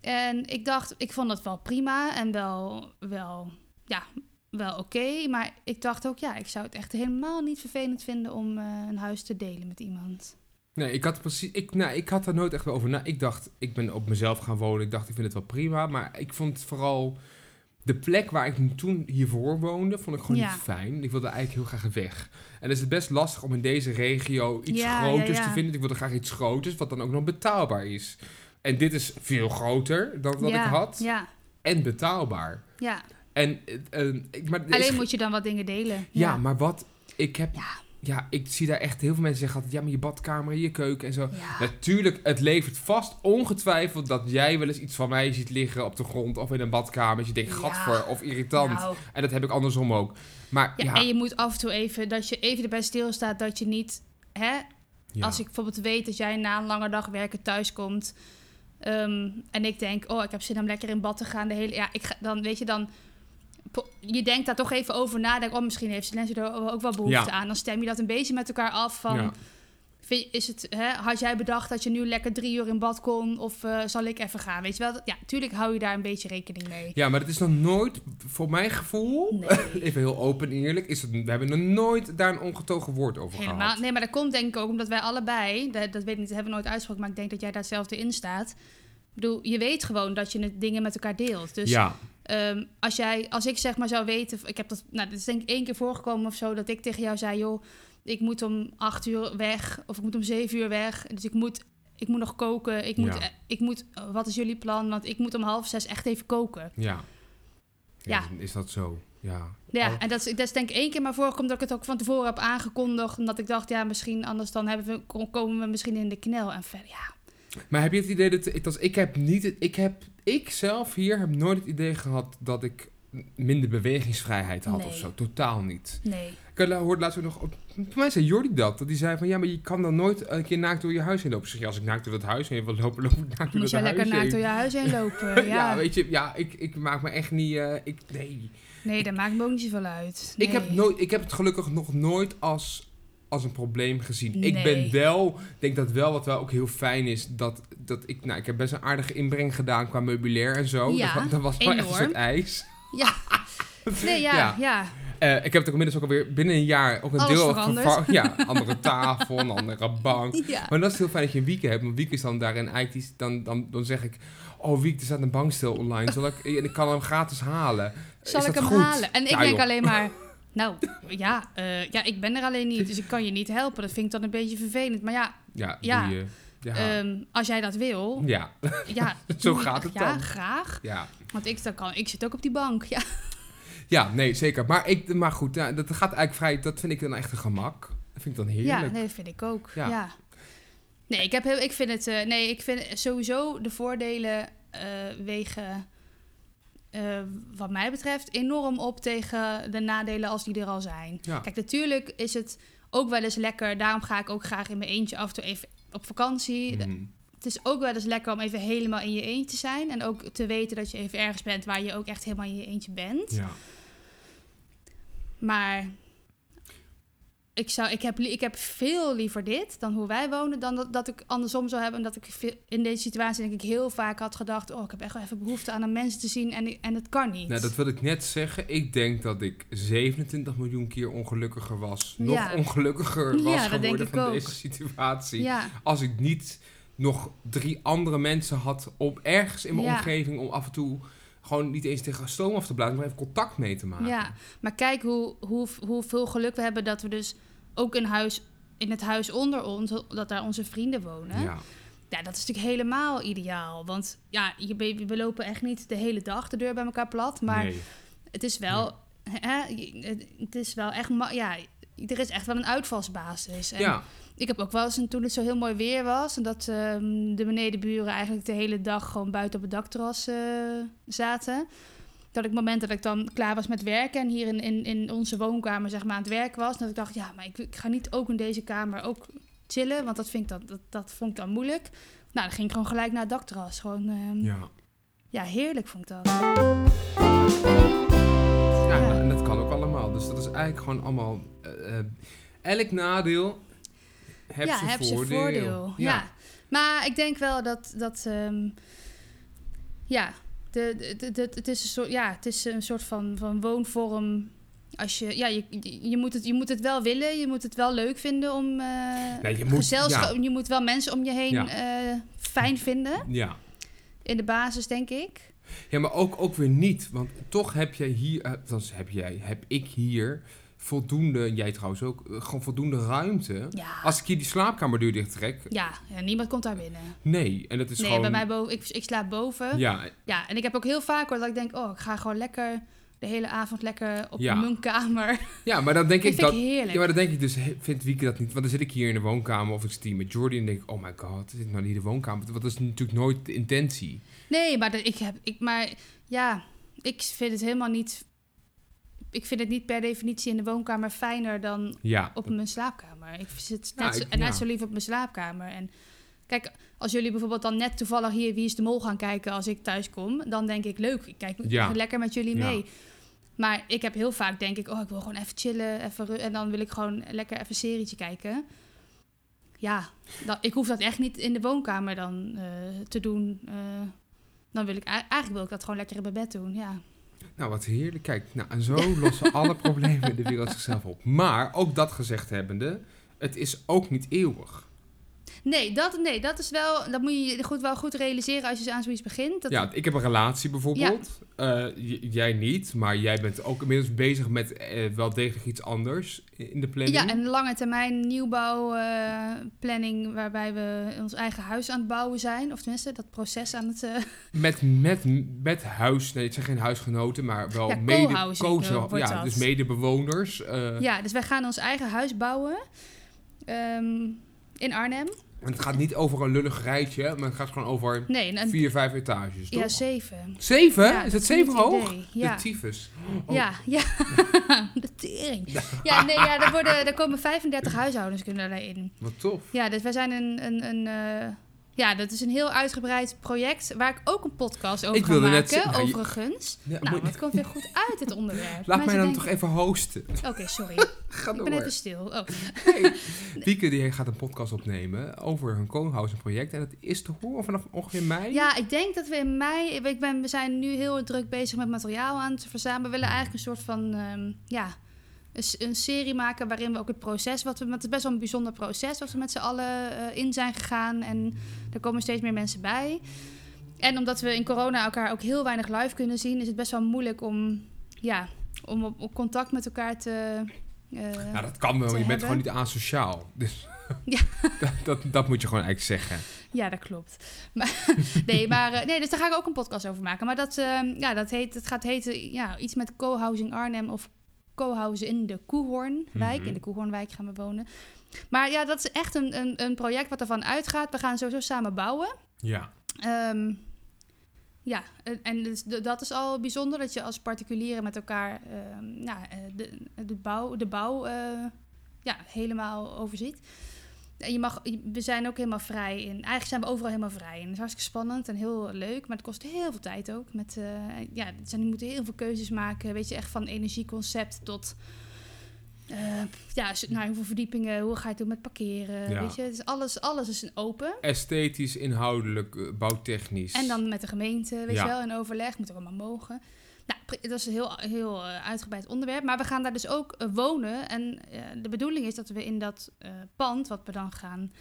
En ik dacht, ik vond dat wel prima en wel, wel ja, wel oké. maar ik dacht ook, ja, ik zou het echt helemaal niet vervelend vinden om eh, een huis te delen met iemand.
Nee, ik had, precies, ik, nou, ik had daar nooit echt over na. Ik dacht, ik ben op mezelf gaan wonen. Ik dacht, ik vind het wel prima. Maar ik vond vooral de plek waar ik toen hiervoor woonde, vond ik gewoon
Ja.
niet fijn. Ik wilde eigenlijk heel graag weg. En dan is het best lastig om in deze regio iets
Ja, ja,
groters
ja.
te vinden. Ik wilde graag iets groters, wat dan ook nog betaalbaar is. En dit is veel groter dan wat
ja,
ik had.
Ja,
En betaalbaar.
ja.
En, eh, eh, ik, maar er is
alleen
ge-
moet je dan wat dingen delen.
ja, maar wat... Ik heb...
Ja.
Ja. ik zie daar echt heel veel mensen zeggen altijd... Ja, maar je badkamer, je keuken en zo.
Ja.
Natuurlijk, het levert vast ongetwijfeld dat jij wel eens iets van mij ziet liggen op de grond of in een badkamer. Dat je denkt,
Ja.
gadver, of irritant.
Nou.
En dat heb ik andersom ook. Maar
Ja,
ja,
en je moet af en toe even, dat je even erbij stilstaat dat je niet, hè,
ja.
als ik bijvoorbeeld weet dat jij na een lange dag werken thuiskomt ehm, en ik denk, oh, ik heb zin om lekker in bad te gaan de hele, ja, ik ga, dan weet je dan, po- je denkt daar toch even over na, denk, oh, misschien heeft Silencio er ook wel behoefte
Ja.
aan. Dan stem je dat een beetje met elkaar af van,
Ja.
Vind je- Is het, hè, had jij bedacht dat je nu lekker drie uur in bad kon? Of eh, zal ik even gaan? Weet je wel? dat- Ja, tuurlijk hou je daar een beetje rekening mee.
Ja, maar het is nog nooit, voor mijn gevoel,
Nee.
*laughs* even heel open en eerlijk, is het, we hebben nog nooit daar een ongetogen woord over
Helemaal.
gehad.
Nee, maar dat komt denk ik ook omdat wij allebei, dat, dat weet ik niet, dat hebben we nooit uitgesproken, maar ik denk dat jij daar hetzelfde in staat. Ik bedoel, je weet gewoon dat je het dingen met elkaar deelt. Dus
ja,
ehm, als, jij, als ik zeg maar zou weten, ik heb dat, nou, dat is denk ik één keer voorgekomen of zo, dat ik tegen jou zei, joh, ik moet om acht uur weg of ik moet om zeven uur weg. Dus ik moet, ik moet nog koken. Ik moet,
Ja.
eh, ik moet, eh, wat is jullie plan? Want ik moet om half zes echt even koken.
ja. Ja,
Ja.
dan Is dat zo? Ja.
Ja,
Oh.
en dat is, dat is denk ik één keer maar voorgekomen dat ik het ook van tevoren heb aangekondigd. Omdat ik dacht, ja, misschien anders dan hebben we, ko- komen we misschien in de knel. En verder, ja.
Maar heb je het idee dat, het was- ik heb niet, het- ik heb, ik zelf hier heb nooit het idee gehad dat ik minder bewegingsvrijheid had
Nee.
of zo. Totaal niet.
Nee.
Ik had- hoorde laatst ook nog, op- voor mij zei Jordi dat, dat die zei van ja, maar je kan dan nooit een keer naakt door je huis heen lopen. Ik Zeg je, als ik naakt door dat huis heen wil lopen, loop ik naakt door
Dan moet
dat
jij
huis
lekker naakt
heen.
door je huis
*laughs*
heen lopen.
ja,
Ja.
weet je, ja, ik, ik maak me echt niet. eh, ik, nee.
nee, daar maakt me ook niet zoveel uit.
Ik, heb
Nee.
nooit, ik heb het gelukkig nog nooit als, als een probleem gezien. Ik
Nee.
ben wel, ik denk dat wel wat wel ook heel fijn is, dat, dat ik, nou, ik heb best een aardige inbreng gedaan qua meubilair en zo.
Ja,
dat, wa- dat was wel echt een
enorm.
soort ijs.
Ja. Nee, ja, ja.
Ja. Eh, ik heb het ook inmiddels ook alweer binnen een jaar ook een
Alles
deel
veranderd. *laughs*
vervangen. Ja, andere tafel, een andere bank.
Ja.
Maar dat is heel fijn dat je een week hebt. Want week is dan daarin eigenlijk, die is- dan, dan, dan zeg ik... Oh, week, er staat een bankstel online. Zal ik, *laughs* en ik kan hem gratis halen.
Zal
Is
ik
dat
hem
goed?
halen? En ik
Ja,
denk
joh.
alleen
*laughs*
maar, nou, ja, eh, ja, ik ben er alleen niet. Dus ik kan je niet helpen. Dat vind ik dan een beetje vervelend. Maar ja,
Ja,
Ja.
doe je. Ja,
ehm, als jij dat wil,
*laughs* ja.
ja.
Zo
doe-
gaat het
ja,
dan.
graag.
ja.
Want ik, dat kan, ik zit ook op die bank, ja.
Ja, nee, zeker. Maar, ik, maar goed, ja, dat gaat eigenlijk vrij... Dat vind ik dan echt een gemak. Dat vind ik dan heerlijk.
Ja, nee, dat vind ik ook. Ja.
Ja.
Nee, ik, heb heel, ik vind het. eh, nee, ik vind sowieso de voordelen eh, wegen. eh, wat mij betreft enorm op tegen de nadelen als die er al zijn.
Ja.
Kijk, natuurlijk is het ook wel eens lekker. Daarom ga ik ook graag in mijn eentje af en toe even op vakantie.
Mhm.
Het is ook wel eens lekker om even helemaal in je eentje te zijn. En ook te weten dat je even ergens bent waar je ook echt helemaal in je eentje bent.
Ja.
Maar ik, zou, ik, heb, li- ik heb veel liever dit dan hoe wij wonen, dan dat, dat ik andersom zou hebben. En dat ik ve- in deze situatie denk ik heel vaak had gedacht: oh, ik heb echt wel even behoefte aan een mensen te zien en, en het kan niet.
Nou, dat wil ik net zeggen. Ik denk dat ik 27 miljoen keer ongelukkiger was. Nog
Ja.
ongelukkiger was
Ja, dat
geworden
denk ik
van
ook.
deze situatie.
ja,
Als ik niet nog drie andere mensen had om ergens in mijn
Ja.
omgeving... om af en toe gewoon niet eens tegen stoom af te blazen... maar even contact mee te maken.
ja, maar kijk hoe, hoe, hoeveel geluk we hebben dat we dus ook in, huis, in het huis onder ons, dat daar onze vrienden wonen.
Ja.
Ja, dat is natuurlijk helemaal ideaal. Want ja, je, be- we lopen echt niet de hele dag de deur bij elkaar plat. Maar
nee.
Het is wel, hè, je- het- het is wel echt, ma- ja, er is echt wel een uitvalsbasis. En
ja.
Ik heb ook wel eens, en toen het zo heel mooi weer was, en dat ehm, de benedenburen eigenlijk de hele dag gewoon buiten op het dakterras eh, zaten. Dat ik het moment dat ik dan klaar was met werken en hier in, in, in onze woonkamer zeg maar aan het werk was, dat ik dacht, ja, maar ik, ik ga niet ook in deze kamer ook chillen, want dat, vind ik dan, dat, dat vond ik dan moeilijk. Nou, dan ging ik gewoon gelijk naar het dakterras. Gewoon, ehm, ja.
ja.
heerlijk vond ik dat.
Ja,
Ja.
en dat kan ook allemaal. Dus dat is eigenlijk gewoon allemaal... eh, eh, elk nadeel heeft
ja,
zijn
heb
voordeel.
ze voordeel. Ja. maar ik denk wel dat dat ehm, ja, de, de, de- de- het is een soort ja, het is een soort van, van woonvorm. Als je, ja, je, je- je, moet het, je moet het wel willen, je moet het wel leuk vinden om eh
Nee, je moet-
gezelschap-
ja.
je moet wel mensen om je heen
Ja.
eh, fijn vinden.
ja.
In de basis, denk ik.
Ja, maar ook, ook weer niet. Want toch heb jij hier, eh, althans heb jij, heb ik hier voldoende, jij trouwens ook, eh, gewoon voldoende ruimte.
Ja,
Als ik hier die slaapkamerdeur dicht trek,
ja, ja, niemand komt daar binnen.
nee. En dat is
nee,
gewoon...
bij mij boven, ik, ik slaap boven.
Ja,
Ja, en ik heb ook heel vaak hoor dat ik denk, oh, ik ga gewoon lekker de hele avond lekker op
Ja.
mijn kamer.
Ja, maar dan denk
Dat
ik
vind ik
dat...
heerlijk.
Ja, maar dan denk ik dus, he- vindt Wieke dat niet? Want dan zit ik hier in de woonkamer of ik zit hier met Jordi en denk ik, oh my god, zit ik nou niet in de woonkamer? Want dat is natuurlijk nooit de intentie.
Nee, maar dat, ik heb, ik, maar ja, ik vind het helemaal niet. Ik vind het niet per definitie in de woonkamer fijner dan
Ja,
op mijn slaapkamer. Ik zit
Nou,
net, zo,
ik-
en net
ja.
zo lief op mijn slaapkamer. En kijk, als jullie bijvoorbeeld dan net toevallig hier Wie is de Mol gaan kijken als ik thuis kom, dan denk ik leuk, ik kijk
Ja.
lekker met jullie
Ja.
mee. Maar ik heb heel vaak denk ik, oh ik wil gewoon even chillen, even ru- en dan wil ik gewoon lekker even een serietje kijken. Ja, dat, ik hoef dat echt niet in de woonkamer dan eh, te doen. Eh, dan wil ik ei- eigenlijk wil ik dat gewoon lekker in mijn bed doen. Ja,
Nou, wat heerlijk. Kijk, nou, en zo *laughs* lossen alle problemen in de wereld zichzelf op. Maar, ook dat gezegd hebbende, het is ook niet eeuwig.
nee, dat, nee, dat is wel. Dat moet je je goed, wel goed realiseren als je aan zoiets begint. Dat
Ja, ik heb een relatie bijvoorbeeld. Eh, j- jij niet, maar jij bent ook inmiddels bezig met eh, wel degelijk iets anders in de planning.
Ja, en lange termijn nieuwbouwplanning waarbij we ons eigen huis aan het bouwen zijn. Of tenminste, dat proces aan het... eh,
Met, met, met huis, nee, het zijn geen huisgenoten, maar wel
Ja,
mede
co-housing,
co-
eh, wordt
ja,
dat.
dus medebewoners. eh,
Ja, dus wij gaan ons eigen huis bouwen ehm, in Arnhem.
En het gaat niet over een lullig rijtje, maar het gaat gewoon over
Nee, een,
vier, vijf etages, toch?
ja, zeven.
Zeven?
Ja,
is het
is niet
zeven hoog?
idee. Ja.
De tyfus. Oh.
Ja, ja. *laughs* De tering. Ja, nee, ja, er, worden, er komen 35 huishoudens kunnen daarin.
Wat tof.
Ja, dus wij zijn een... een, een eh, ja, dat is een heel uitgebreid project waar ik ook een podcast over
Ik
ga
wilde net
maken,
zeggen, nou, je-
overigens.
Ja,
Nou,
moet-
het komt weer goed uit, het onderwerp.
*laughs* Laat
Mensen
mij dan
denken-
toch even hosten.
Oké,
*laughs*
sorry.
Ga
Ik
door.
ben even stil. Oh.
Hey, Wieke die gaat een podcast opnemen over hun co-housing project. En dat is te horen vanaf ongeveer mei.
Ja, ik denk dat we in mei... Ik ben, we zijn nu heel druk bezig met materiaal aan te verzamelen. We willen eigenlijk een soort van... ehm, ja, een, s- een serie maken waarin we ook het proces... Wat we, want het is best wel een bijzonder proces... wat we met z'n allen eh, in zijn gegaan. En er komen steeds meer mensen bij. En omdat we in corona elkaar ook heel weinig live kunnen zien... is het best wel moeilijk om... Ja, om op, op contact met elkaar te... eh,
Nou, dat kan wel.
Te
Je bent
hebben.
gewoon niet asociaal. Dus
Ja.
*laughs* dat, dat, dat moet je gewoon eigenlijk zeggen.
Ja, dat klopt. Maar, *laughs* nee, maar, eh, nee, dus daar ga ik ook een podcast over maken. Maar dat, ehm, ja, dat, heet, dat gaat heten ja, iets met co-housing Arnhem of co-housing in de Koehoornwijk.
Mhm.
In de Koehoornwijk gaan we wonen. Maar ja, dat is echt een, een, een project wat ervan uitgaat. We gaan sowieso samen bouwen.
Ja.
Ehm, ja, en- en dus d- dat is al bijzonder dat je als particulieren met elkaar ehm, nou, eh, de, de bouw, de bouw eh, ja, helemaal overziet. En je mag, je- we zijn ook helemaal vrij in. Eigenlijk zijn we overal helemaal vrij in. Het is hartstikke spannend en heel leuk, maar het kost heel veel tijd ook. Met, eh, ja, het zijn, je moet heel veel keuzes maken. Weet je, echt van energieconcept tot. eh, ja, zo- nou, hoeveel verdiepingen, hoe ga je het doen met parkeren?
Ja.
Weet je, het is alles, alles is open.
Esthetisch, inhoudelijk, eh, bouwtechnisch.
En dan met de gemeente, weet
Ja.
je wel, in overleg. Moet ook allemaal mogen. Nou, pri- dat is een heel, heel eh, uitgebreid onderwerp. Maar we gaan daar dus ook eh, wonen. En eh, de bedoeling is dat we in dat eh, pand, wat we dan gaan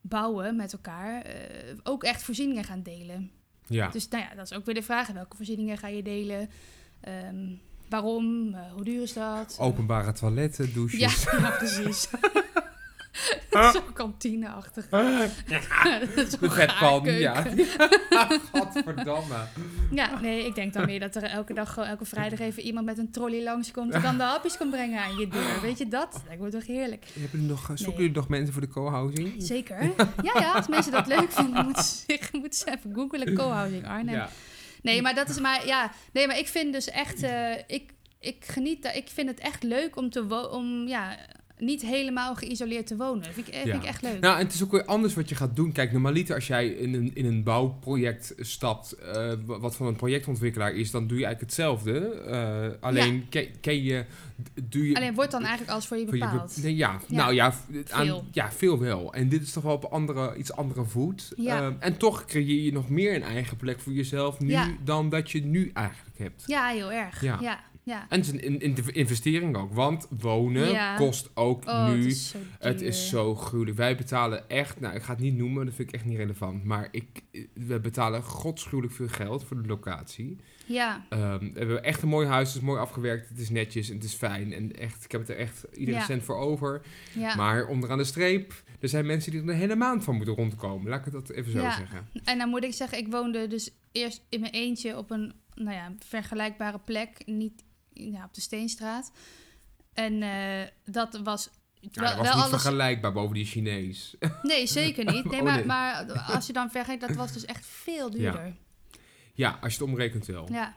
bouwen met elkaar, eh, ook echt voorzieningen gaan delen.
Ja.
Dus nou ja, dat is ook weer de vraag. Welke voorzieningen ga je delen? Ehm, waarom? Eh, hoe duur is dat?
Openbare toiletten, douches. *laughs*
Ja, *laughs* ja, precies. Zo'n kantineachtig.
Ah. De
*laughs* De
vetpan, ja. *laughs* Godverdamme.
Ja, nee, ik denk dan meer dat er elke dag, gewoon elke vrijdag even iemand met een trolley langskomt en dan de hapjes komt brengen aan je deur. Weet je dat? Dat wordt toch heerlijk.
Hebben jullie nog, eh, zoeken
Nee.
jullie nog mensen voor de co-housing?
Zeker. *laughs* Ja, ja, als mensen dat leuk vinden, moeten ze, zich- moeten ze even googelen. Co-housing Arnhem.
Ja.
Nee, maar dat is maar, ja. Nee, maar ik vind dus echt, eh, ik, ik geniet, daar- ik vind het echt leuk om te wo- om, ja, niet helemaal geïsoleerd te wonen. Vind ik, eh, vind
Ja.
ik echt leuk.
Nou, en het is ook weer anders wat je gaat doen. Kijk, normaliter als jij in een, in een bouwproject stapt, eh, wa- wat van een projectontwikkelaar is, dan doe je eigenlijk hetzelfde. Eh, alleen ken, ken je, d- doe je...
Alleen wordt dan eigenlijk alles voor je
voor je be-
bepaald.
nee, ja,
Ja.
nou ja, v- het aan-
Veel.
ja, veel wel. En dit is toch wel op andere, iets andere voet.
Ja.
Eh, en toch creëer je nog meer een eigen plek voor jezelf nu
Ja.
dan dat je nu eigenlijk hebt.
Ja, heel erg.
Ja.
Ja, ja. ja.
En het is een in- in- investering ook, want wonen
Ja.
kost ook
Oh,
nu
het is zo
het
duur.
is zo gruwelijk. Wij betalen echt, nou ik ga het niet noemen, dat vind ik echt niet relevant. Maar ik, eh, we betalen godschuwelijk veel geld voor de locatie.
Ja.
Ehm, we hebben echt een mooi huis, het is mooi afgewerkt, het is netjes en het is fijn. En echt, ik heb het er echt iedere
Ja.
cent voor over.
Ja,
Maar onderaan de streep, er zijn mensen die er een hele maand van moeten rondkomen. Laat ik het dat even zo
Ja.
zeggen.
en dan moet ik zeggen, ik woonde dus eerst in mijn eentje op een nou ja, vergelijkbare plek, niet ja, op de Steenstraat. En eh, dat was.
Ja, dat was niet vergelijkbaar boven die Chinees. *laughs*
Nee, zeker niet. Nee,
Oh,
maar,
nee.
maar als je dan vergeet, dat was dus echt veel duurder.
ja, als je het omrekent wel.
Ja.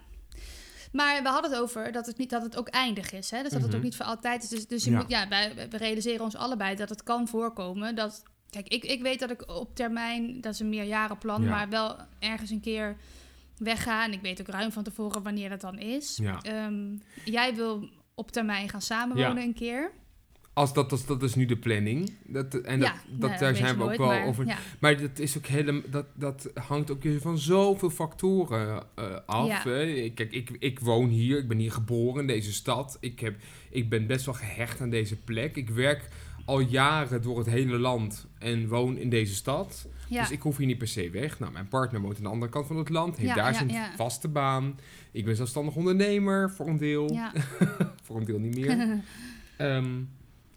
Maar we hadden het over dat het, niet, dat het ook eindig is. Hè? Dus dat het
Mhm.
ook niet voor altijd is. Dus, dus je
Ja.
Moet, ja, wij, we realiseren ons allebei dat het kan voorkomen. Dat, kijk, ik, ik weet dat ik op termijn, dat is een meerjarenplan,
Ja.
maar wel ergens een keer wegga. En ik weet ook ruim van tevoren wanneer dat dan is.
Ja.
Ehm, jij wil op termijn gaan samenwonen een keer.
Als dat, als, dat is nu de planning. Dat, en dat,
ja, nou,
dat, daar
weet
zijn
je
we ook
nooit,
wel
maar
over.
Ja.
Maar dat, is ook helemaal, dat, dat hangt ook weer van zoveel factoren eh, af.
Ja.
hè. Kijk, ik, ik woon hier, ik ben hier geboren in deze stad. Ik, heb, ik ben best wel gehecht aan deze plek. Ik werk al jaren door het hele land en woon in deze stad.
Ja.
Dus ik hoef hier niet per se weg. Nou, mijn partner woont aan de andere kant van het land. Heeft
Ja,
daar
ja,
zijn
ja.
vaste baan. Ik ben zelfstandig ondernemer voor een deel.
ja.
Voor een deel niet
*laughs*
meer. Ehm,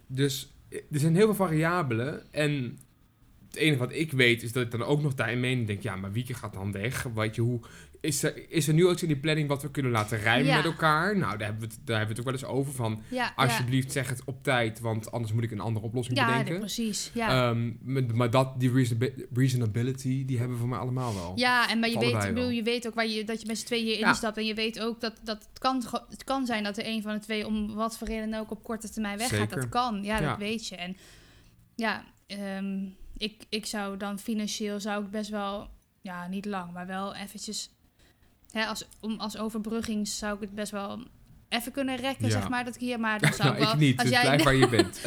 dus eh, er zijn heel veel variabelen. En het enige wat ik weet is dat ik dan ook nog daarin meen. en denk, ja, maar Wieke gaat dan weg. Weet je, hoe, is, er, is er nu ook zo in die planning wat we kunnen laten rijmen
Ja.
met elkaar? Nou, daar hebben, we het, daar hebben we het ook wel eens over. Van, *laughs*
ja, ja.
alsjeblieft, zeg het op tijd. Want anders moet ik een andere oplossing
Ja,
bedenken.
nee, precies. Ja.
Ehm, met- maar dat, die reasonabi- reasonability, die hebben we voor mij allemaal wel. *laughs*
Ja, en maar je
Vallen
weet,
wij
ik bedoel,
wel.
je weet ook waar je, dat je met z'n tweeën hierin
Ja.
stapt. En je weet ook dat, dat het, kan, ge- het kan zijn dat er een van de twee om wat voor reden ook op korte termijn weggaat. Dat
Zeker.
kan, ja,
Ja.
dat weet je. En ja, ehm, ik, ik zou dan financieel zou ik best wel, ja, niet lang, maar wel eventjes... Hè, als, om, als overbrugging zou ik het best wel even kunnen rekken,
Ja.
zeg maar, dat ik hier... Maar
*laughs*
dan zou
nou,
ik wel...
ik niet,
als
dus
jij,
blijf waar je bent.
*laughs*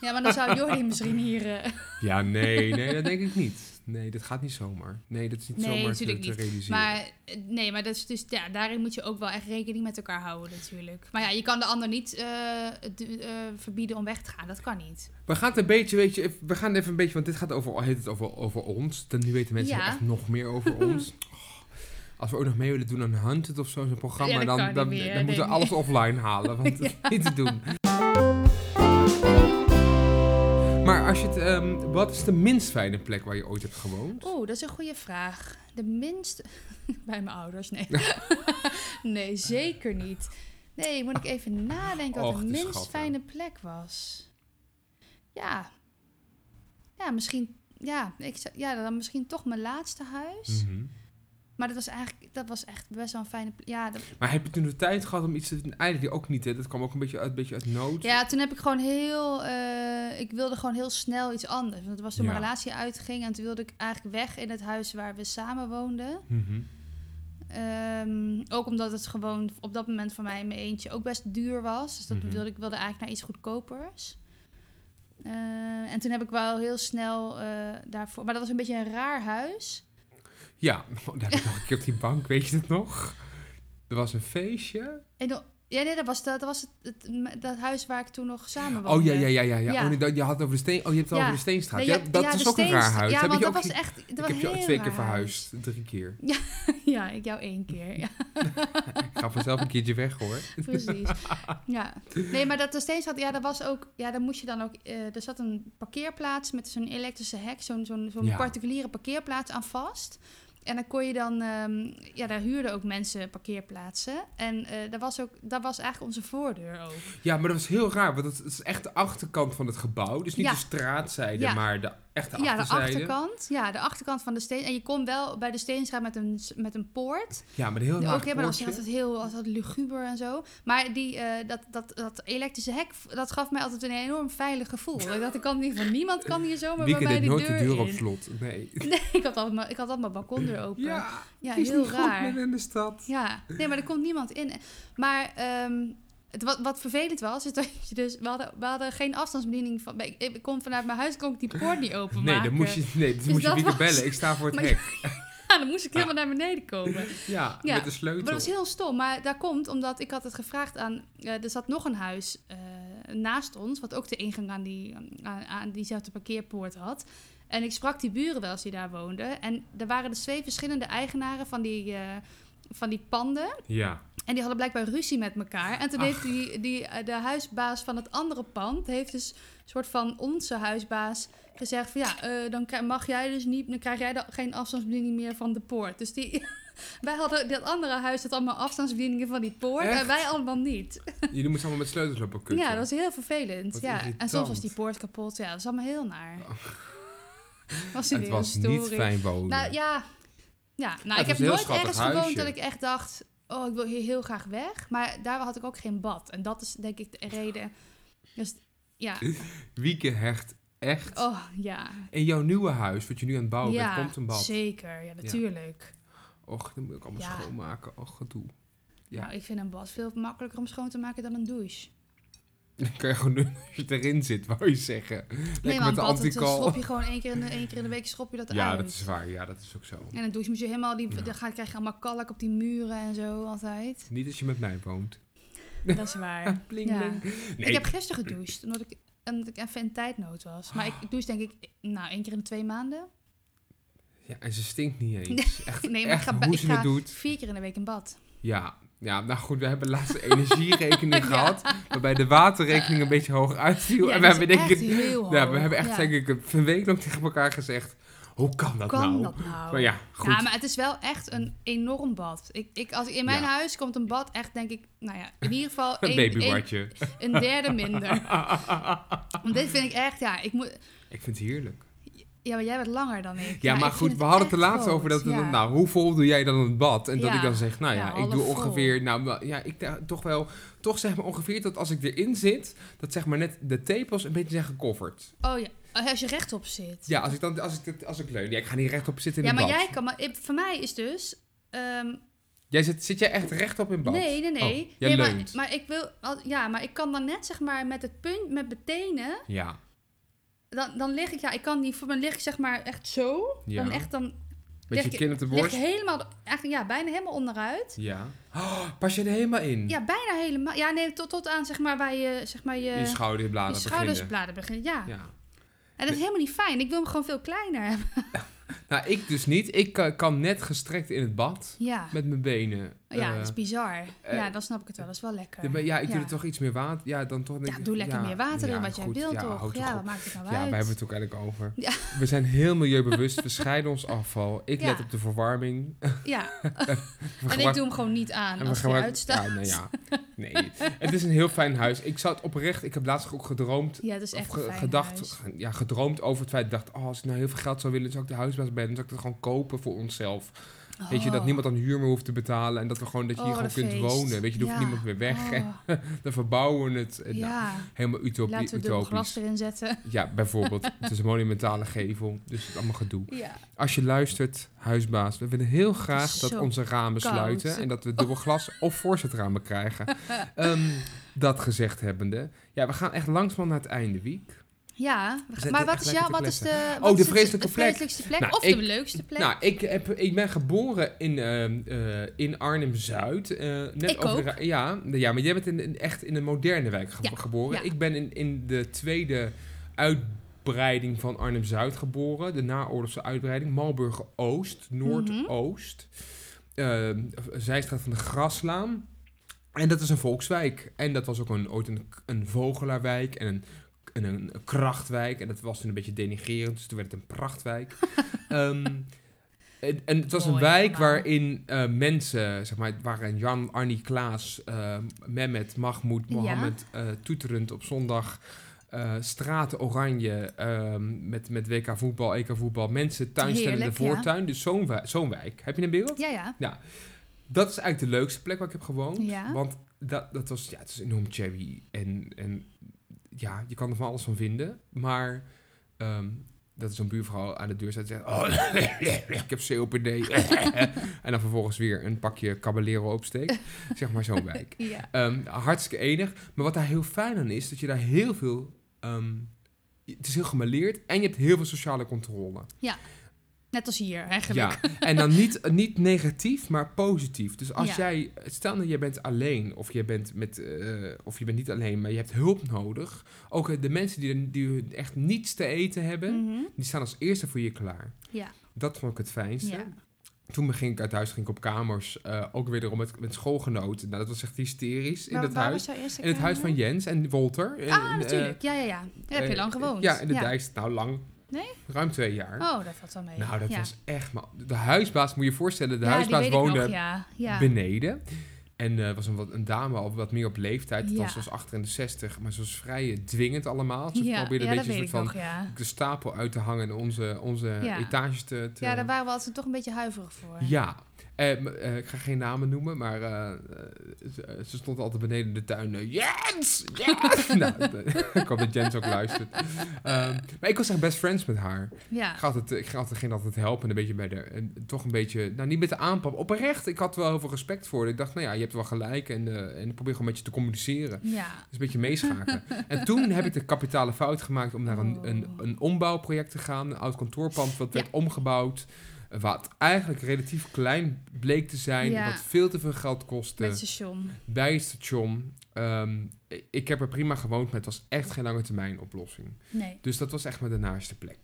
Ja, maar dan zou Jordi misschien hier... eh,
Ja, nee, nee, dat
*laughs*
denk ik niet. Nee, dat gaat niet zomaar. Nee, dat is niet
Nee,
zomaar te,
natuurlijk
te
niet.
realiseren.
Maar eh, nee, maar dat is dus, ja, daarin moet je ook wel echt rekening met elkaar houden natuurlijk. Maar ja, je kan de ander niet eh, du- eh, verbieden om weg te gaan. Dat kan niet.
We gaan het een beetje, weet je, we gaan even een beetje, want dit gaat over, heet het over, over ons. Dan nu weten mensen
Ja.
echt nog meer
*laughs*
over ons. Oh, Als we ook nog mee willen doen aan Hunted of zo, zo'n programma,
Ja, dat
dan,
kan
dan,
niet
dan,
meer,
moeten we
nee.
alles offline halen,
*laughs*
want dat is niet te doen. Maar als je het, ehm, wat is de minst fijne plek waar je ooit hebt gewoond?
Oeh, dat is een goede vraag. De minste... *laughs* Bij mijn ouders, nee. *laughs* nee, zeker niet. Nee, moet ik even nadenken wat
Och,
de
die
minst
schat, hè.
fijne plek was. Ja. Ja, misschien... Ja, ik, zou- ja, dan misschien toch mijn laatste huis.
Mhm.
Maar dat was eigenlijk... Dat was echt best wel een fijne... pl- Ja, dat,
Maar heb je toen de tijd gehad om iets te doen? Eigenlijk ook niet, hè? Dat kwam ook een beetje uit, beetje uit nood.
Ja, toen heb ik gewoon heel... eh, ik wilde gewoon heel snel iets anders. Want het was toen mijn
Ja.
relatie uitging. En toen wilde ik eigenlijk weg in het huis waar we samen woonden.
Mhm.
Ehm, ook omdat het gewoon op dat moment voor mij in mijn eentje ook best duur was. Dus dat
Mhm.
wilde ik wilde eigenlijk naar iets goedkopers. Eh, en toen heb ik wel heel snel eh, daarvoor... Maar dat was een beetje een raar huis.
Ja, *laughs* oh, daar heb ik nog een keer op die bank, weet je het nog? Er was een feestje.
En dan- ja, nee, dat was, dat, dat was het, het- dat huis waar ik toen nog samen woonde.
Oh ja, ja, ja, ja. ja.
Ja.
Oh, nee, dat- je had het over de steen. Oh, je hebt het
Ja.
over de steenstraat.
Nee,
ja,
je hebt-
dat
ja,
is
de
ook een raar
Steens-
huis.
Ja,
heb
want
je
dat
ook
was
ge-
echt... Dat
ik heb je ook twee keer verhuisd. Drie keer.
Ja, ik jou één keer. Ja, *laughs*
Ik ga vanzelf een keertje weg, hoor.
precies. Ja. Nee, maar dat er steeds had, ja, dat was ook, ja, dan moest je dan ook, eh, er zat een parkeerplaats met zo'n elektrische hek, zo'n zo'n zo'n
Ja.
particuliere parkeerplaats aan vast. En dan kon je dan, ehm, ja, daar huurden ook mensen parkeerplaatsen. En eh dat, was ook, dat was eigenlijk onze voordeur ook.
Ja, maar dat was heel raar, want het is echt de achterkant van het gebouw. Dus niet
Ja.
de straatzijde,
Ja.
maar de echte
ja, de
achterzijde.
achterkant. Ja, de achterkant van de steen. En je kon wel bij de steenstraat met een, met een poort.
Ja, maar de heel
Oké,
raar
maar dat was
poortje.
altijd heel altijd luguber en zo. Maar die, eh, dat, dat, dat elektrische hek, dat gaf mij altijd een enorm veilig gevoel. ik dacht, ik kan niet van niemand kan hier zomaar bij
Wieke
mij
deed
de
nooit
deur,
de deur op
in.
slot. Nee.
*laughs* Nee, ik had altijd mijn, ik had altijd mijn balkondeur open.
Ja,
Ja,
het is
heel
niet goed
raar.
midden in de stad.
Ja, nee, maar er komt niemand in. Maar ehm, het, wat, wat vervelend was, is dat *laughs* je dus... We hadden, we hadden geen afstandsbediening. Van, ik, ik kon vanuit mijn huis kon ik die poort niet openmaken.
Nee, dan moest je, nee, dan
Dus
moest je
dat
Wieke
was-
bellen. Ik sta voor het
Maar-
hek.
Ja, *laughs* dan moest ik helemaal naar beneden komen.
Ja,
Ja,
met de sleutel.
Maar dat was heel stom. Maar daar komt omdat ik had het gevraagd aan... eh, er zat nog een huis eh, naast ons... wat ook de ingang aan, die, aan, aan diezelfde parkeerpoort had. En ik sprak die buren wel eens die daar woonden. En er waren dus twee verschillende eigenaren van die... eh, van die panden.
Ja.
En die hadden blijkbaar ruzie met elkaar. En toen heeft die, die, eh, de huisbaas van het andere pand... heeft dus een soort van onze huisbaas gezegd... van ja, eh, dan krij- mag jij dus niet... dan krijg jij da- geen afstandsbediening meer van de poort. Dus die, *laughs* Wij hadden dat andere huis dat allemaal afstandsbedieningen van die poort.
Echt?
En wij allemaal niet.
Jullie moesten allemaal met sleutels lopen kutten.
Ja, dat was heel vervelend.
Wat
ja. En
irritant.
soms was die poort kapot. Ja, dat was allemaal heel naar. Was
En
er
het
weer een
was niet
story.
fijn wonen.
Nou ja, ja. Nou,
het
ik
was
heb
een heel
nooit
schattig
ergens
huisje.
gewoond dat ik echt dacht... oh, ik wil hier heel graag weg. Maar daar had ik ook geen bad. En dat is denk ik de reden. Dus ja,
Wieke hecht echt.
oh ja.
In jouw nieuwe huis, wat je nu aan het bouwen
ja,
bent, Oh, komt een bad.
zeker. Ja, natuurlijk.
Och, dan moet ik allemaal
Ja.
schoonmaken. Och, gedoe. *laughs* Ja.
Nou, ik vind een bad veel makkelijker om schoon te maken dan een douche.
Dan kan je gewoon doen als je erin zit, wou je zeggen. Lekker
nee, maar
met
een
de
bad, dat- dat
antical.
schop je gewoon één keer in de, één keer in de week schop je dat
*laughs* Ja,
uit.
dat is waar. Ja, dat is ook zo.
En een douche moet je helemaal... Die,
Ja.
Dan ga- krijg je allemaal kalk op die muren en zo
*laughs*
altijd.
Niet als je met mij woont.
Dat is waar.
Bling,
Ja.
bling. Nee,
Ik heb gisteren gedoucht, omdat ik, omdat ik even in tijdnood was. Maar ik douche denk ik, nou, één keer in de twee maanden.
ja, en ze stinkt niet eens. Echt,
Nee, maar
echt
ik ga, bij-
hoe
ik
ze het
ga
doet.
vier keer in de week in bad.
Ja. ja, nou goed, we hebben
*laughs*
laatst een energierekening gehad. Waarbij de waterrekening een beetje hoog uitviel.
Ja,
en we
dat is
hebben denk ik...
echt heel hoog.
Ja, we hebben echt
Ja.
denk ik een week lang tegen elkaar gezegd... Hoe kan dat
Hoe kan
nou?
dat nou?
Maar ja, goed.
Ja, maar het is wel echt een enorm bad. Ik, ik, als ik, in mijn
Ja.
huis komt een bad echt, denk ik, nou ja, in ieder geval
*laughs* Een
één- één-
babywatje.
een derde
*laughs*
minder. Want dit vind ik echt, ja, ik moet...
Ik vind het heerlijk.
Ja, maar jij bent langer dan ik.
Ja, maar
ik vind
goed, we hadden het er
echt
laatst
groot,
over dat we
ja.
dan, nou, hoe vol doe jij dan het bad? En dat
Ja.
ik dan zeg, nou ja,
Ja,
ik
half
doe
vol.
ongeveer, nou wel- ja, ik da- toch wel, toch zeg maar ongeveer dat als ik erin zit, dat zeg maar net de tepels een beetje zijn gecoverd.
Oh ja, als je rechtop zit.
Ja, als ik dan, als ik, als ik leun, ja, ik ga niet rechtop zitten in
Ja,
het
maar
bad.
jij kan... Maar ik- voor mij is dus... ehm,
Jij zit, zit jij echt rechtop in het bad?
Nee, nee, nee.
Oh, jij
nee maar,
leunt.
maar ik wil... al- Ja, maar ik kan dan net zeg maar met het punt... Met mijn tenen...
Ja,
Dan, dan lig ik... Ja, ik kan niet... Voor mijn lig ik zeg maar echt zo.
Ja.
Dan echt dan...
met
lig
je
ik-
kin op de
lig ik
borst.
helemaal... Eigenlijk, ja, bijna helemaal onderuit.
Ja. Oh, pas je er helemaal in?
Ja, bijna helemaal... Ja, nee, tot, tot aan zeg maar waar je... Zeg maar je...
je schouderbladen
je Eh, schoudersbladen beginnen, ja.
beginnen. Ja.
En dat is helemaal niet fijn. Ik wil hem gewoon veel kleiner hebben. *laughs*
Nou, ik dus niet. Ik kan, kan net gestrekt in het bad
Ja,
met mijn benen.
ja
Eh,
dat is bizar.
eh,
ja, dan snap ik het wel. Dat is wel lekker.
Ja, maar ja, ik doe
Ja.
er toch iets meer water. Ja, dan toch denk
Ja,
ik-
doe lekker
ja,
meer water
ja,
in wat jij
goed,
wilt,
ja,
toch?
houd
Ja,
op.
wat maakt het nou
Ja,
uit?
we hebben het ook eigenlijk over.
Ja.
We zijn heel milieubewust. We scheiden ons afval. Ik
Ja.
let op de verwarming. *laughs* We
Ja, en ik
gebruiken-
doe hem gewoon niet aan
en we
als hij
gebruiken-
uitstaat.
Ja, nou ja. Nee. Het is een heel fijn huis. Ik zat oprecht. Ik heb laatst ook gedroomd.
Ja, dat is
Of
echt
ge-
een fijn
gedacht,
huis.
ge- ja, gedroomd over het feit. Ik dacht, oh, als ik nou heel veel geld zou willen, zou ik de huisbaas ben. Dan zou ik dat gewoon kopen voor onszelf. Weet je, dat
Oh.
niemand aan huur meer hoeft te betalen. En dat, we gewoon, dat je
Oh,
hier gewoon
wat
kunt
een feest.
wonen. Weet je, er hoeft
Ja.
niemand meer weg. En
Oh,
*laughs* dan verbouwen we het. En nou,
ja,
helemaal utopie,
laten we dubbel
utopisch.
glas erin zetten.
Ja, bijvoorbeeld.
*laughs*
het is een monumentale gevel, dus het is allemaal gedoe.
Ja,
Als je luistert, huisbaas, we willen heel graag
is
dat
zo
onze ramen
koud.
sluiten en dat we dubbel
*laughs*
glas of voorzetramen krijgen. Ehm, dat gezegd hebbende, ja, we gaan echt langzaam naar het einde week.
ja. we-
zitten
maar wat is,
gelijk
jou,
te
wat is de,
kletsen.
wat
Oh, de
is het-
vreselijke
de
plek.
vreselijkste plek
Nou,
of
ik-
de leukste plek?
Nou, ik, heb, ik ben geboren in, ehm, eh, in Arnhem-Zuid. eh, net
Ik
over de
ook.
ra- ja, de- ja, maar jij bent in, in- echt in een moderne wijk ge-
Ja,
geboren.
ja.
Ik ben in, in de tweede uitbreiding van Arnhem-Zuid geboren. De naoorlogse uitbreiding. Malburgen-Oost, Noordoost. Ehm, zijstraat van de Graslaan. En dat is een volkswijk. En dat was ook een, ooit een, een vogelaarwijk en een, en een krachtwijk. En dat was toen een beetje denigerend, dus toen werd het een
*laughs*
prachtwijk. Ehm, en, en het was een
Mooi
wijk
allemaal.
waarin eh, mensen, zeg maar, het waren Jan, Arnie, Klaas, eh, Mehmet, Mahmoud,
Ja.
Mohammed, eh, toeterend op zondag. eh, straten oranje ehm, met, met WK voetbal, EK voetbal. Mensen tuinstellen de
Heerlijk, ja.
voortuin. Dus zo'n wij- zo'n wijk. Heb je een beeld?
ja, ja.
Dat is eigenlijk de leukste plek waar ik heb gewoond.
Ja.
Want dat, dat was, ja, het is enorm cherry. En, en ja, je kan er van alles van vinden. Maar ehm, dat is zo'n buurvrouw aan de deur staat en zegt... Oh, *laughs* ik heb COPD. *laughs* en dan vervolgens weer een pakje Caballero opsteekt. zeg maar zo'n wijk.
ja.
Ehm, hartstikke enig. Maar wat daar heel fijn aan is, dat je daar heel veel... ehm, het is heel gemaleerd en je hebt heel veel sociale controle.
Net als hier, eigenlijk.
Ja, *laughs* en dan niet, niet negatief, maar positief. Dus als
Ja.
jij, stel dat je bent alleen, of je bent, met, eh, of je bent niet alleen, maar je hebt hulp nodig. Ook eh, de mensen die, die echt niets te eten hebben,
Mhm.
die staan als eerste voor je klaar.
Ja.
Dat vond ik het fijnste.
Ja.
Toen ging ik uit huis, ging ik op kamers, eh, ook weer erom met, met schoolgenoten. Nou, dat was echt hysterisch in
Waar-
dat
waar
huis.
was jouw eerste
In het huis van
kamer?
Jens en Wolter.
Ah,
En, eh,
natuurlijk. Ja, ja, ja. Daar heb je
eh,
lang gewoond.
Ja, in de Dijkst. Nou, lang.
Nee?
Ruim twee jaar.
Oh, dat valt wel mee.
Nou, dat
ja.
was echt... Maar de huisbaas, moet je je voorstellen, de
Ja, die
huisbaas
weet ik
woonde
nog, ja. Ja.
beneden. En eh was een, wat, een dame al wat meer op leeftijd.
Ja.
Dat was achter in de 60, maar ze was vrij eh, dwingend allemaal. Ze
ja,
probeerde
ja,
een
dat weet
beetje een
ik
soort
nog,
van
ja.
de stapel uit te hangen en onze, onze
Ja.
etages te, te-
Ja, daar waren we altijd toch een beetje huiverig voor.
eh, Ja. Eh, m- eh, ik ga geen namen noemen, maar eh, eh, ze, ze stond altijd beneden in de tuin. eh,
*laughs*
Jens! Jens! *laughs* nou, de- ik hoop dat Jens ook luistert. Ehm, maar ik was echt best friends met haar.
Ja.
Ik, ga altijd, ik ga altijd, ging altijd helpen, een beetje bij de... En toch een beetje, nou niet met de aanpak. Oprecht, ik had wel heel veel respect voor. Ik dacht, nou ja, je hebt wel gelijk en, eh, en ik probeer gewoon met je te communiceren.
Ja.
Dus een beetje meeschakelen.
*laughs*
en toen heb ik de kapitale fout gemaakt om naar een, een, een ombouwproject te gaan. Een oud kantoorpand wat werd omgebouwd. eh, Wat eigenlijk relatief klein bleek te zijn.
Ja.
Wat veel te veel geld kostte.
Met station.
Bij het station. Ehm, i- ik heb er prima gewoond, maar het was echt geen lange termijn oplossing.
Nee.
Dus dat was echt maar de naaste plek.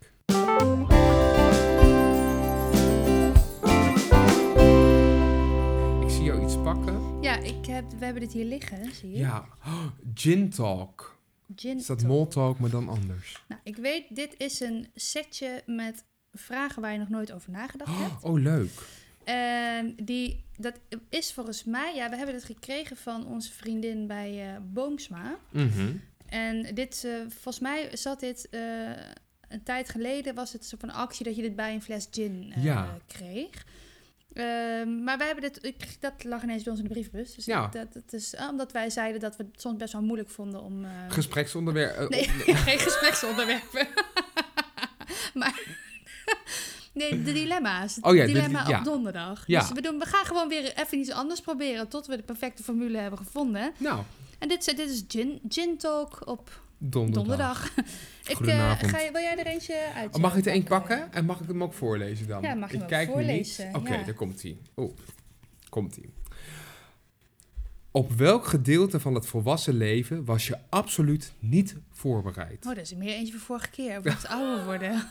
Ik zie jou iets pakken.
Ja, ik heb, we hebben dit hier liggen, zie je?
Ja, oh, gin talk.
Gin
Is dat
tonic.
mol talk, maar dan anders?
Nou, ik weet, dit is een setje met vragen waar je nog nooit over nagedacht hebt.
Oh, leuk.
En die, dat is volgens mij, ja, we hebben het gekregen van onze vriendin bij eh, Boomsma.
Mhm.
Oh. En dit, eh, volgens mij zat dit, eh, een tijd geleden was het zo van actie dat je dit bij een fles gin eh,
Ja.
kreeg. Ehm, maar wij hebben dit, ik kreeg- dat lag ineens bij ons in de brievenbus. Dus
Ja.
dat, dat is eh, omdat wij zeiden dat we het soms best wel moeilijk vonden om... eh,
Gespreksonderwerp. eh,
Nee,
op-
*laughs* geen gespreksonderwerpen. *laughs* maar. *laughs* Nee, de dilemma's. Het
Oh ja, de
dilemma
di- ja.
op donderdag.
Ja.
Dus we, doen, we gaan gewoon weer even iets anders proberen tot we de perfecte formule hebben gevonden.
Nou,
En dit, is- dit is gin, gin Talk op
donderdag.
donderdag. *laughs* Ik, eh
Goedenavond.
ga, je- wil jij er eentje uit? eh,
Oh, mag ik er één pakken en mag ik hem ook voorlezen dan?
Ja, mag je
ik
hem ook
kijk nu niet.
voorlezen,
Oké,
ja.
daar komt hij. Oh, komt hij. Op welk gedeelte van het volwassen leven was je absoluut niet voorbereid?
Oh, dat is er meer eentje van vorige keer. Over
*laughs*
het ouder worden.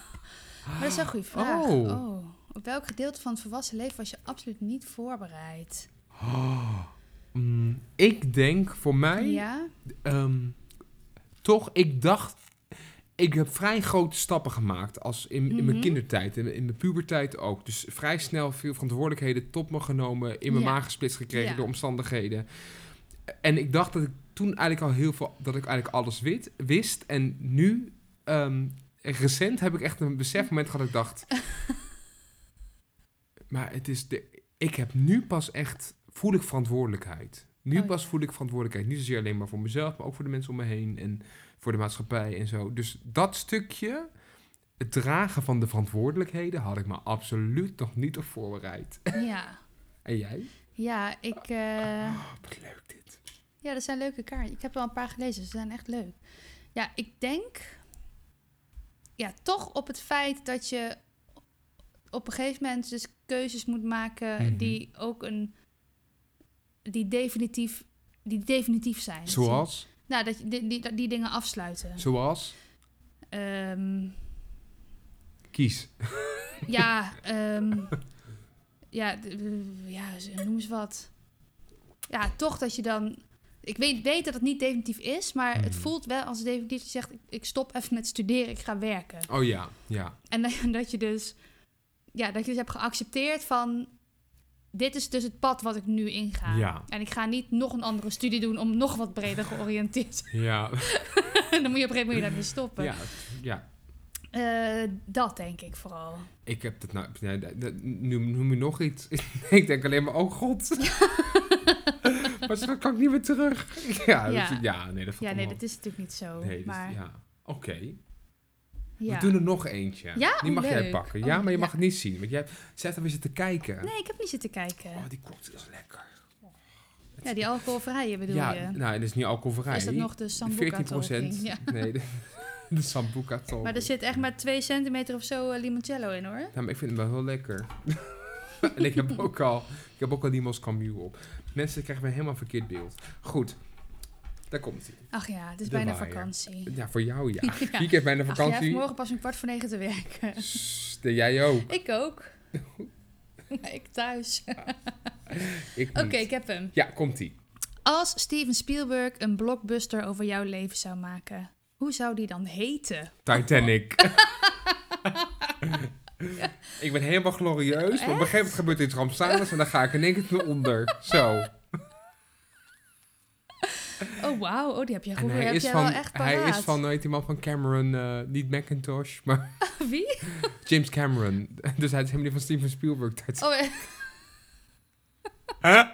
Maar dat is wel een goede vraag.
Oh.
Oh. Op welk gedeelte van het volwassen leven was je absoluut niet voorbereid?
Mm, ik denk voor mij
Ja?
ehm, toch, ik dacht. Ik heb vrij grote stappen gemaakt als in, in mijn
Mhm.
kindertijd en in mijn pubertijd ook. Dus vrij snel veel verantwoordelijkheden tot me genomen, in mijn
Ja.
maag gesplitst gekregen
Ja.
door omstandigheden. En ik dacht dat ik toen eigenlijk al heel veel, dat ik eigenlijk alles wit, wist. En nu, ehm, recent, heb ik echt een besefmoment gehad dat ik dacht.
*laughs*
maar het is de, ik heb nu pas echt, voel ik verantwoordelijkheid. Nu
Oh ja.
pas voel ik verantwoordelijkheid. Niet zozeer alleen maar voor mezelf, maar ook voor de mensen om me heen en voor de maatschappij en zo. Dus dat stukje, het dragen van de verantwoordelijkheden, had ik me absoluut nog niet op voorbereid.
Ja.
En jij?
Ja, ik... eh,
Oh, wat leuk dit.
Ja, dat zijn leuke kaarten. Ik heb er al een paar gelezen. Ze zijn echt leuk. Ja, ik denk. Ja, toch op het feit dat je op een gegeven moment dus keuzes moet maken
Mhm.
die ook een. die definitief, die definitief zijn.
Zoals?
Nou, dat je die, die, dat die dingen afsluiten.
Zoals?
Ehm,
Kies.
ja, ehm, ja, d- eh, ja, z- noem eens wat. Ja, toch dat je dan. Ik weet, weet dat het niet definitief is, maar het
Mhm.
voelt wel als definitief je zegt: ik, ik stop even met studeren, ik ga werken.
Oh ja, ja.
En dat, *laughs* dat je dus, ja, dat je dus hebt geaccepteerd van: dit is dus het pad wat ik nu inga.
Ja.
En ik ga niet nog een andere studie doen om nog wat breder georiënteerd. te
Ja,
zijn. *laughs* dan moet je op een gegeven moment daarmee stoppen.
ja, ja.
Eh, dat denk ik vooral.
Ik heb dat nou... nee, dat- dat- Nu noem je nog iets. *laughs* ik denk alleen maar, oh god.
*laughs*
maar straks kan ik niet meer terug. *laughs* Ja,
Ja.
Dat, ja nee, dat valt
Ja, nee,
allemaal-
dat is natuurlijk niet zo.
Nee, dat-
maar,
ja. Oké,
ja.
we doen er nog eentje.
Ja?
Die
Oh,
mag jij
leuk.
pakken.
Oh,
Ja, maar je mag
ja.
het niet zien. Want jij zet er weer zitten kijken.
Nee, ik heb niet zitten kijken.
Oh, die klopt is lekker.
Ja, die alcoholvrije bedoel
ja,
je?
nou, en dat is niet alcoholvrij.
Is dat nog de sambuca
14
Ja.
Nee, de, *laughs* de sambuca tolking.
Maar er zit echt maar 2 centimeter of zo eh, limoncello in hoor.
Ja, Nou, maar ik vind hem wel heel lekker. *laughs* en ik heb ook al, ik heb ook al die Moscambieu op. Mensen krijgen weer helemaal een verkeerd beeld. Goed, daar komt hij.
Ach ja, het is
De
bijna
waaier.
vakantie.
Ja, voor jou ja.
*laughs* Ja.
Ik heb bijna
Ach, jij hebt
vakantie.
morgen pas om kwart voor negen te
*laughs*
werken.
Sst, en jij ook.
Ik
*laughs*
ook. Maar ik thuis. Oké,
Ik niet.
ik heb hem.
Ja, komt hij.
Als Steven Spielberg een blockbuster over jouw leven zou maken, hoe zou die dan heten?
Titanic.
oh.
*laughs* Ik ben helemaal glorieus, maar op een gegeven moment gebeurt iets rampzaligs en dan ga ik in één keer onder. Zo.
Oh, wauw. Oh, die heb jij
En
goed. Die
hij
heb
is
jij
van,
wel echt paraat.
hij is van, weet die man van Cameron, eh, niet Macintosh, maar
*laughs* Wie?
James Cameron. *laughs* Dus hij is helemaal niet van Steven Spielberg. Dat is-
Oh, eh, *laughs*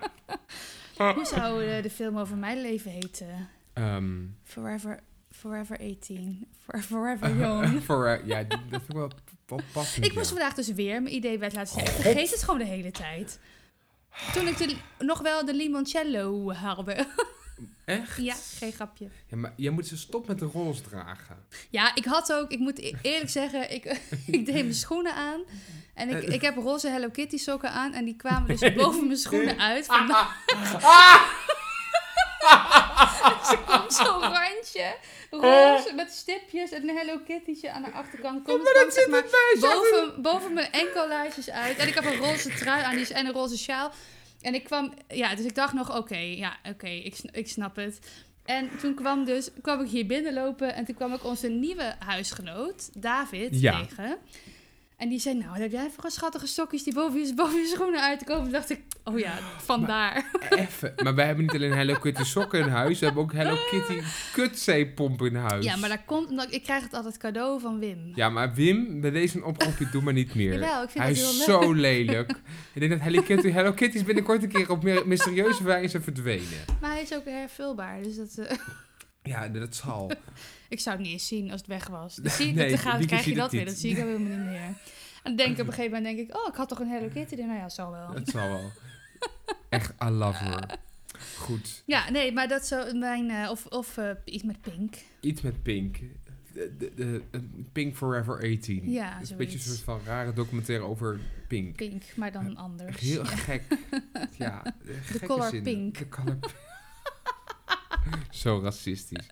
Huh?
hoe zou eh, de film over mijn leven heten?
Ehm, *laughs*
Forever, forever 18. For- Forever Young.
voor, eh, ja, dat vind ik wel, wel passend.
Ik moest
ja.
vandaag dus weer mijn idee bij het laatste zeggen. Ik vergeet het gewoon de hele tijd. Toen ik de, nog wel de limoncello haalde.
Echt?
*laughs* Ja, geen grapje.
Ja, maar jij moet ze stop met de rols dragen.
Ja, ik had ook, ik moet e- eerlijk zeggen, ik, *laughs* ik deed mijn schoenen aan. En ik, ik heb roze Hello Kitty sokken aan. En die kwamen dus boven mijn schoenen uit. Vandaar- Dus *laughs* er kwam zo'n randje. Roze met stipjes en een Hello Kitty'tje aan de achterkant. Kom, het kwam, zeg maar, boven, boven mijn enkellaartjes uit. En ik heb een roze trui aan die is- en een roze sjaal. En ik kwam, ja, dus ik dacht nog, oké, ja, oké, ik, sn- ik snap het. En toen kwam, dus, kwam ik hier binnenlopen en toen kwam ik onze nieuwe huisgenoot, David,
Ja.
tegen. En die zei, nou, wat heb jij voor schattige sokjes die boven je, *laughs* boven je schoenen uitkomen? Toen dacht ik, oh ja, vandaar.
Even. Maar wij hebben niet alleen Hello Kitty sokken in huis, we hebben ook Hello Kitty kutzeepomp in huis.
Ah. Ja, maar dat komt omdat ik- ik krijg het altijd cadeau van Wim.
Ja, maar Wim, bij deze een oproepje, doe maar niet meer.
Jawel, ik vind
Hij
dat heel
is
leuk. *laughs*
zo lelijk. ik denk dat Hello Kitty, Hello Kitty's binnenkort een keer op meer- mysterieuze wijze verdwenen.
Maar hij is ook hervulbaar, dus dat, eh,
Ja, dat zal.
ik zou het niet eens zien als het weg was.
*laughs*
Dus zie,
Nee,
dan ga-
Wieke
krijg je
ziet
dat
het
weer,
niet.
dat zie ik helemaal niet meer. En dan denk
*laughs*
ik op een gegeven moment, denk ik, oh, ik had toch een Hello Kitty? Nou ja, zal wel.
Dat zal wel. Echt, I love her. Goed.
Ja, nee, maar dat zo mijn... eh, of of eh, iets met pink.
Iets met Pink. De, de, de- Pink Forever 18.
Ja,
Het is Een
zoiets.
beetje een soort van rare documentaire over Pink.
Pink, maar dan anders.
Heel *laughs* gek.
*laughs*
Ja, de
color pink.
De color pink. *laughs* Zo racistisch.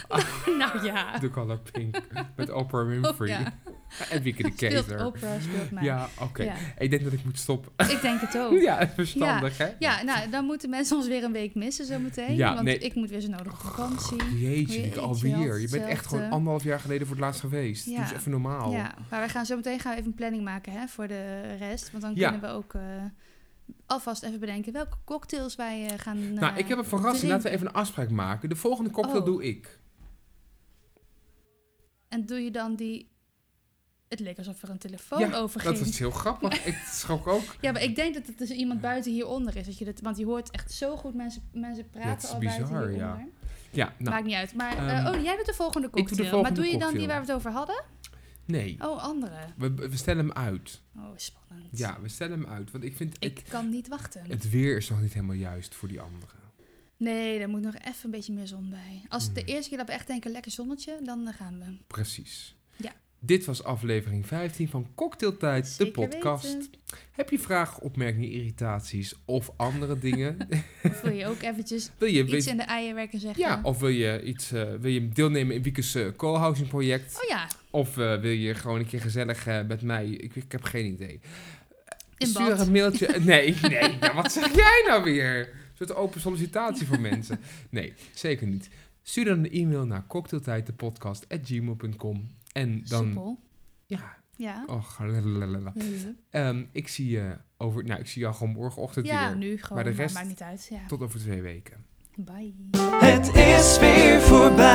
*laughs* nou ja.
De color pink. Met Oprah Winfrey.
Oh, ja.
En Wieke de
Speelt
Keizer.
Oprah, speelt mij.
Ja, oké.
Ja.
Ik denk dat ik moet stoppen.
Ik denk
*laughs*
het ook. Ja.
ja, verstandig, hè?
nou, dan moeten mensen ons weer een week missen zometeen.
Ja,
want
nee.
ik moet weer zo nodig op vakantie.
Jeetje,
Jeetje,
Wieke, alweer. Je bent
hetzelfde.
echt gewoon anderhalf jaar geleden voor het laatst geweest.
Ja.
Doe eens even normaal.
Ja, maar wij gaan zometeen gaan we even een planning maken hè, voor de rest. Want dan
Ja.
kunnen we ook eh, alvast even bedenken welke cocktails wij eh, gaan...
nou,
eh,
ik heb een verrassing. Laten we even een afspraak maken. De volgende cocktail
Oh.
doe ik.
En doe je dan die... Het leek alsof er een telefoon
Ja,
over ging.
Dat is heel
*laughs*
grappig. ik schrok ook.
Ja, maar ik denk dat het dus iemand buiten hieronder is. Dat je dat, want je hoort echt zo goed mensen, mensen praten
is
al
bizar,
buiten
ja.
hieronder.
Ja, nou,
Maakt niet uit. Maar
Ehm,
eh, oh, jij doet de volgende
doe de
cocktail. maar
volgende
doe je dan die
cocktail.
waar we het over hadden?
nee.
Oh, andere.
We, we stellen hem uit.
Oh, spannend.
Ja, we stellen hem uit. Want ik vind,
Ik
het,
kan niet wachten.
het weer is nog niet helemaal juist voor die andere.
Nee, daar moet nog even een beetje meer zon bij. Als het de
Mm.
eerste keer dat we echt denken, lekker zonnetje, dan eh, gaan we.
Precies.
Ja.
Dit was aflevering 15 van Cocktailtijd,
Zeker
de podcast.
weten.
Heb je vragen, opmerkingen, irritaties of andere
*laughs*
dingen?
Of wil je ook
*laughs*
eventjes
wil je
iets
weten-
in de eieren werken zeggen?
Ja, of wil je, iets, eh, wil je deelnemen in Wieke's eh, co-housing project?
Oh ja,
Of eh, wil je gewoon een keer gezellig eh, met mij? Ik, ik heb geen idee.
in
Stuur
bad.
een
*laughs*
mailtje. Nee, nee. nou, wat zeg jij nou weer? Een soort open sollicitatie voor mensen. Nee, zeker niet. Stuur dan een e-mail naar cocktailtijddepodcast.gmail.com. En dan...
Soepel.
Ja.
Ja.
Och, lalalala. Ehm, ik zie je over... Nou, ik zie jou gewoon morgenochtend
Ja,
weer.
nu gewoon.
Maar de
maar
rest-
Maakt niet uit. Ja.
Tot over twee weken.
Bye.
Het is weer voorbij.